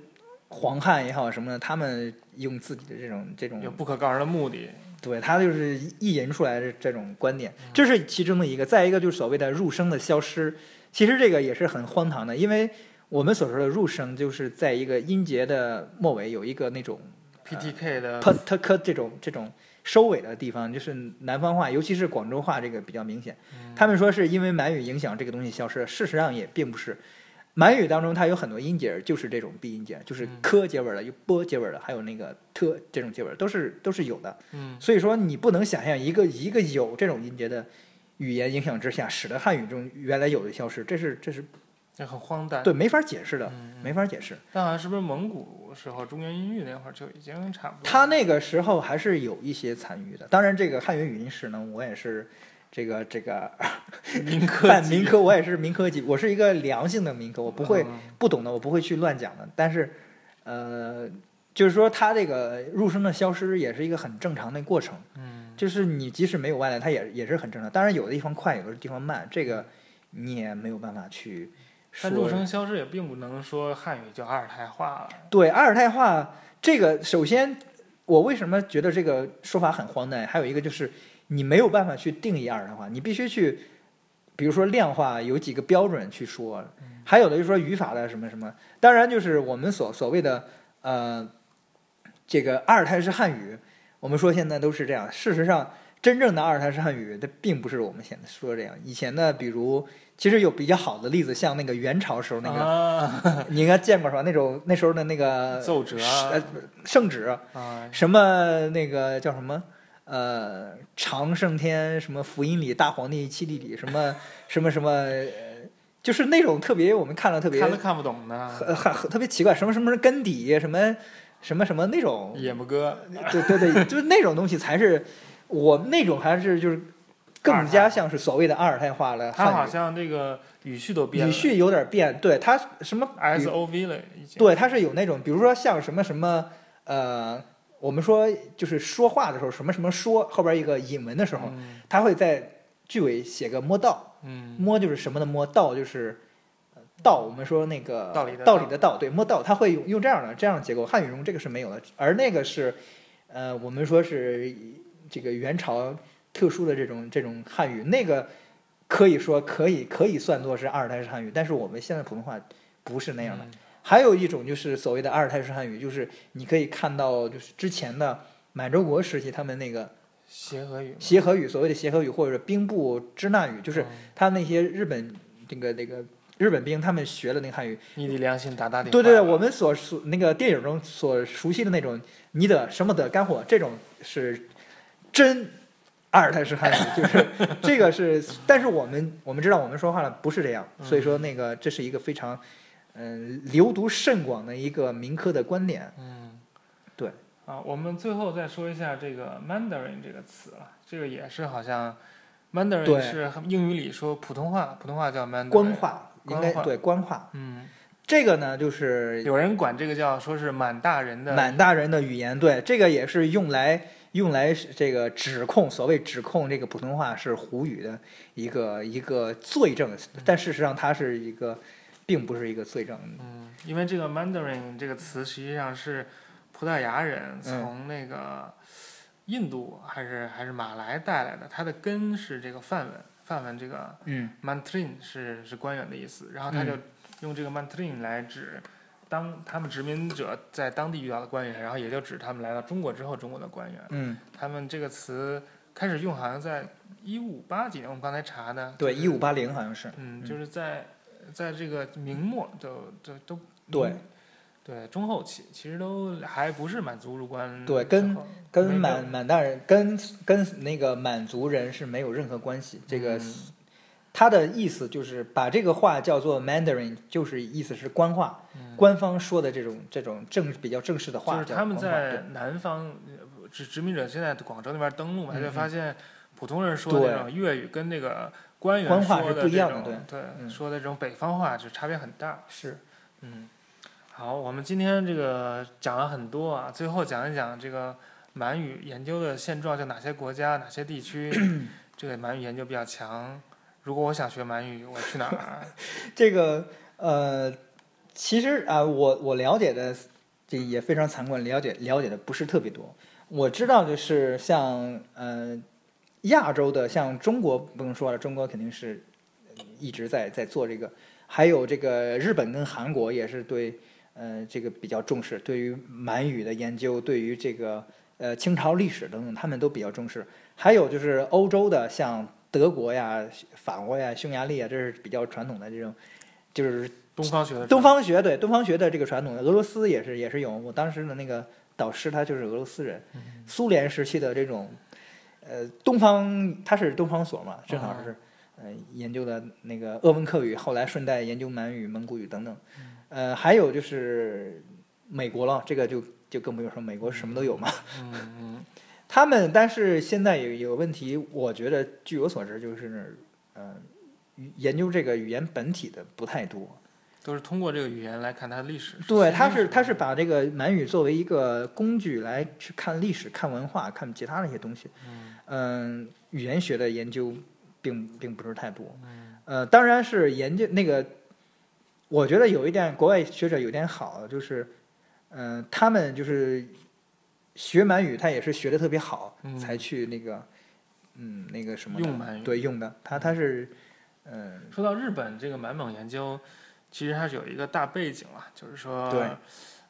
黄汉也好什么的，他们用自己的这种这种
有不可告人的目的，
对他就是意淫出来的这种观点，这是其中的一个。再一个就是所谓的入声的消失，其实这个也是很荒唐的，因为我们所说的入声就是在一个音节的末尾有一个那种
PTK 的
p t k 这种这种收尾的地方，就是南方话，尤其是广州话这个比较明显。
嗯
他们说是因为满语影响这个东西消失了，事实上也并不是。满语当中它有很多音节儿就是这种闭音节儿，就是
嗯
k 结尾的、有 b 结尾的，还有那个 t 这种结尾儿都是都是有的。
嗯
所以说，你不能想象一个一个有这种音节的语言影响之下，使得汉语中原来有的消失，这是这是
这很荒诞。
对没法解释的，
嗯，
没法解释。
但好像是不是蒙古时候中原音域那会儿就已经差不多
他
了？
那个时候还是有一些残余的。当然，这个汉语语音史呢，我也是这个这个
民科
半
级
民科，我也是民科级，我是一个良性的民科，我不会
嗯
不懂的，我不会去乱讲的。但是，呃，就是说他这个入声的消失也是一个很正常的过程。
嗯
就是你即使没有外来，它也也是很正常。当然，有的地方快，有的地方慢，这个你也没有办法去
但入
说。
声消失也并不能说汉语就阿尔泰化了。
对阿尔泰话这个，首先我为什么觉得这个说法很荒诞？还有一个就是你没有办法去定义阿尔泰话，你必须去，比如说量化有几个标准去说，还有的就是说语法的什么什么。当然，就是我们所所谓的呃，这个阿尔泰式汉语，我们说现在都是这样。事实上，真正的阿尔泰式汉语，它并不是我们现在说这样。以前的，比如其实有比较好的例子，像那个元朝时候那个，
啊，
你应该见过是吧？那种那时候的那个
奏折啊
呃圣旨，
啊，
什么那个叫什么？呃，长胜天什么福音里大皇帝七弟里什么 [laughs] 什么什么，呃就是那种特别我们看了特别
看都看不懂呢。
很很很特别奇怪，什么什么是根底，什么什么什么那种，
野木哥，
对对对，就是那种东西才是我那种还是就是更加像是所谓的阿尔泰化了
他好
汉语，
像这个语序都变了
语序有点变，对它什么比
，S O V 了已经。
对，它是有那种，比如说像什么什么，呃，我们说就是说话的时候，什么什么说后边一个引文的时候，
嗯
它会在句尾写个摸道，
嗯，
摸就是什么的摸，道就是呃道，我们说那个
道理的
道
道
理的道，对，摸道，它会用用这样的这样的结构，汉语中这个是没有的，而那个是，呃，我们说是这个元朝特殊的这种这种汉语，那个可以说可以可以算作是阿尔泰式汉语，但是我们现在普通话不是那样的。
嗯
还有一种就是所谓的阿尔泰式汉语，就是你可以看到，就是之前的满洲国时期他们那个
协和语嘛，
协和语，所谓的协和语或者兵部支那语，就是
嗯
他那些日本那个那个日本兵他们学了那个汉语。
你的良心打打底。
对对对，我们所熟那个电影中所熟悉的那种你的什么的干货，这种是真阿尔泰式汉语，就是
[laughs]
这个是，但是我们我们知道我们说话了不是这样，所
嗯
以说那个这是一个非常嗯、流毒甚广的一个民科的观点。
嗯，
对。
啊，我们最后再说一下这个 Mandarin 这个词啊，这个也是好像 Mandarin
对
是英语里说普通话，普通话叫 Mandarin。
官。话应
官
该
话
对官话，
嗯，
这个呢就是
有人管这个叫说是满大人的。
满大人的语言，对这个也是用来用来是这个指控，所谓指控这个普通话是胡语的一个一个罪证，但事实上它是一个，并不是一个罪证。
嗯，因为这个 Mandarin 这个词实际上是葡萄牙人
嗯
从那个印度还是还是马来带来的，它的根是这个梵文，梵文这个
嗯
Mantrin 是是官员的意思，然后他
嗯
就用这个 Mantrin 来指当他们殖民者在当地遇到的官员，然后也就指他们来到中国之后中国的官员。
嗯，
他们这个词开始用好像在一五八几年，我们刚才查的。
对，
就是
一五八零好像是，
嗯，
嗯
就是在在这个明末都都都
对
对中后期，其实都还不是满族入关
对
之
跟
后
跟
没有
满满大人跟跟那个满族人是没有任何关系。这个
嗯
它的意思就是把这个话叫做 Mandarin，就是意思是官话，
嗯
官方说的这种这种正比较正式的话，
就是
叫
他们
官话对
在南方呃殖殖民者现在广州那边登陆嘛，
嗯
他就
嗯
发现普通人说的
对
那种粤语跟那个官员
官话
说
是
的
不一
这
样的
种对
嗯
说的这种北方话就差别很大。
是，
嗯，好，我们今天这个讲了很多啊，最后讲一讲这个满语研究的现状，就哪些国家、哪些地
[coughs]
区这个满语研究比较强。如果我想学满语，我去哪
[laughs]
儿？
这个呃，其实啊、我我了解的这也非常残酷，了解了解的不是特别多。我知道就是像呃亚洲的，像中国不用说了，中国肯定是一直在在做这个，还有这个日本跟韩国也是对呃这个比较重视，对于满语的研究，对于这个呃清朝历史等等，他们都比较重视。还有就是欧洲的，像德国呀、法国呀、匈牙利啊，这是比较传统的这种，就是
东方学的
东方学对东方学的这个传统，俄罗斯也是也是有。我当时的那个导师他就是俄罗斯人，
嗯
苏联时期的这种，呃，东方他是东方所嘛，正好
啊
是、呃研究的那个鄂温克语，后来顺带研究满语、蒙古语等等。
嗯
呃，还有就是美国了，这个就就更不用说，美国什么都有嘛。
嗯嗯
他们但是现在有有问题，我觉得据我所知就是，呃，语研究这个语言本体的不太多。
都是通过这个语言来看它的历史。其
对，
实
他是他是把这个满语作为一个工具来去看历史、看文化、看其他的一些东西。嗯，语言学的研究并并不是太多。
嗯
呃，当然是研究那个，我觉得有一点国外学者有点好，就是，嗯、他们就是学满语，他也是学的特别好，
嗯
才去那个，嗯，那个什么的
用满语
对用的，他他是，嗯、
说到日本这个满蒙研究，其实它是有一个大背景了，就是说，
对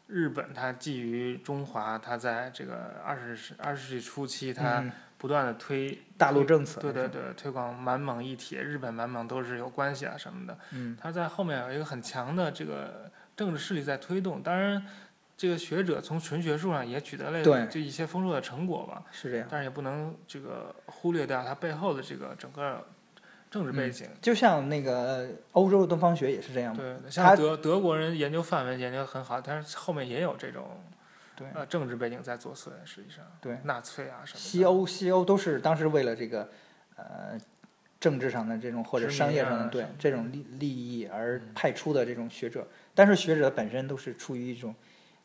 日本它基于中华，它在这个二十世二十世纪初期，它
嗯
不断的推、
大陆政策，
对对，对推广满蒙一体，日本满蒙都是有关系啊什么的。
嗯，
它在后面有一个很强的这个政治势力在推动，当然。这个学者从纯学术上也取得了
对
这一些丰硕的成果吧，
是这样。
但是也不能这个忽略掉它背后的这个整个政治背景。
就像那个呃欧洲的东方学也是这样嘛，
对，
他
像德德国人研究范文研究得很好，但是后面也有这种
对
呃政治背景在作祟，实际上
对
纳粹啊什么的
西欧西欧都是当时为了这个呃政治上的这种或者
殖民
商业上
啊
的对
什么嗯
这种利利益而派出的这种学者，但是学者本身都是出于一种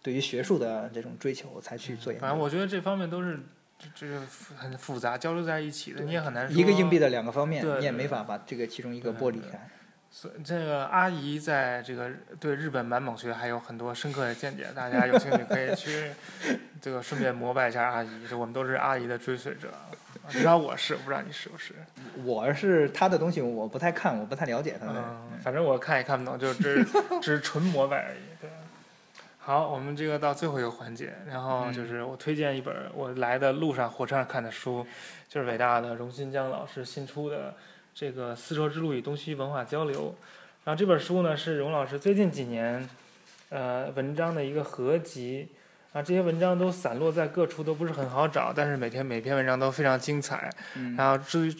对于学术的这种追求才去做研
嗯反正
究。
我觉得这方面都是这这是很复杂交流在一起的，
对
你也很难说
一个硬币的两个方面
对，
你也
对
没法把这个其中一个
对
剥离
对
开。
所以这个阿姨在这个对日本满蒙学还有很多深刻的见解，大家有兴趣可以去这个顺便膜拜一下阿姨。这我们都是阿姨的追随者，至少我是，不知道你是不是。
我是他的东西，我不太看，我不太了解他的。
嗯，反正我看也看不懂，就只只是纯膜拜而已。对。好，我们这个到最后一个环节，然后就是我推荐一本我来的路上火车上看的书，就是伟大的荣新江老师新出的这个《丝绸之路与东西文化交流》，然后这本书呢是荣老师最近几年呃文章的一个合集。啊，这些文章都散落在各处，都不是很好找，但是每天每篇文章都非常精彩。
嗯，
然后至于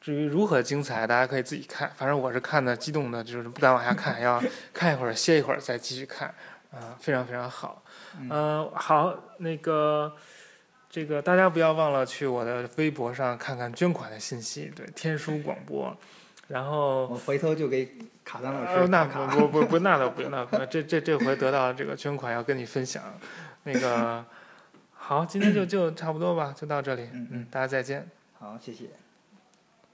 至于如何精彩，大家可以自己看。反正我是看的激动的，就是不敢往下
[laughs]
看，要看一会儿歇一会儿再继续看，啊、非常非常好。
嗯
呃，好，那个这个大家不要忘了去我的微博上看看捐款的信息，对天书广播，然后。
我回头就给卡丹老
呃
师
那
打卡。
不不不不，那倒不用，那不用这这这回得到这个捐款要跟你分享，那个好，今天就就差不多吧，就到这里，
嗯嗯
大家再见。
好，谢谢。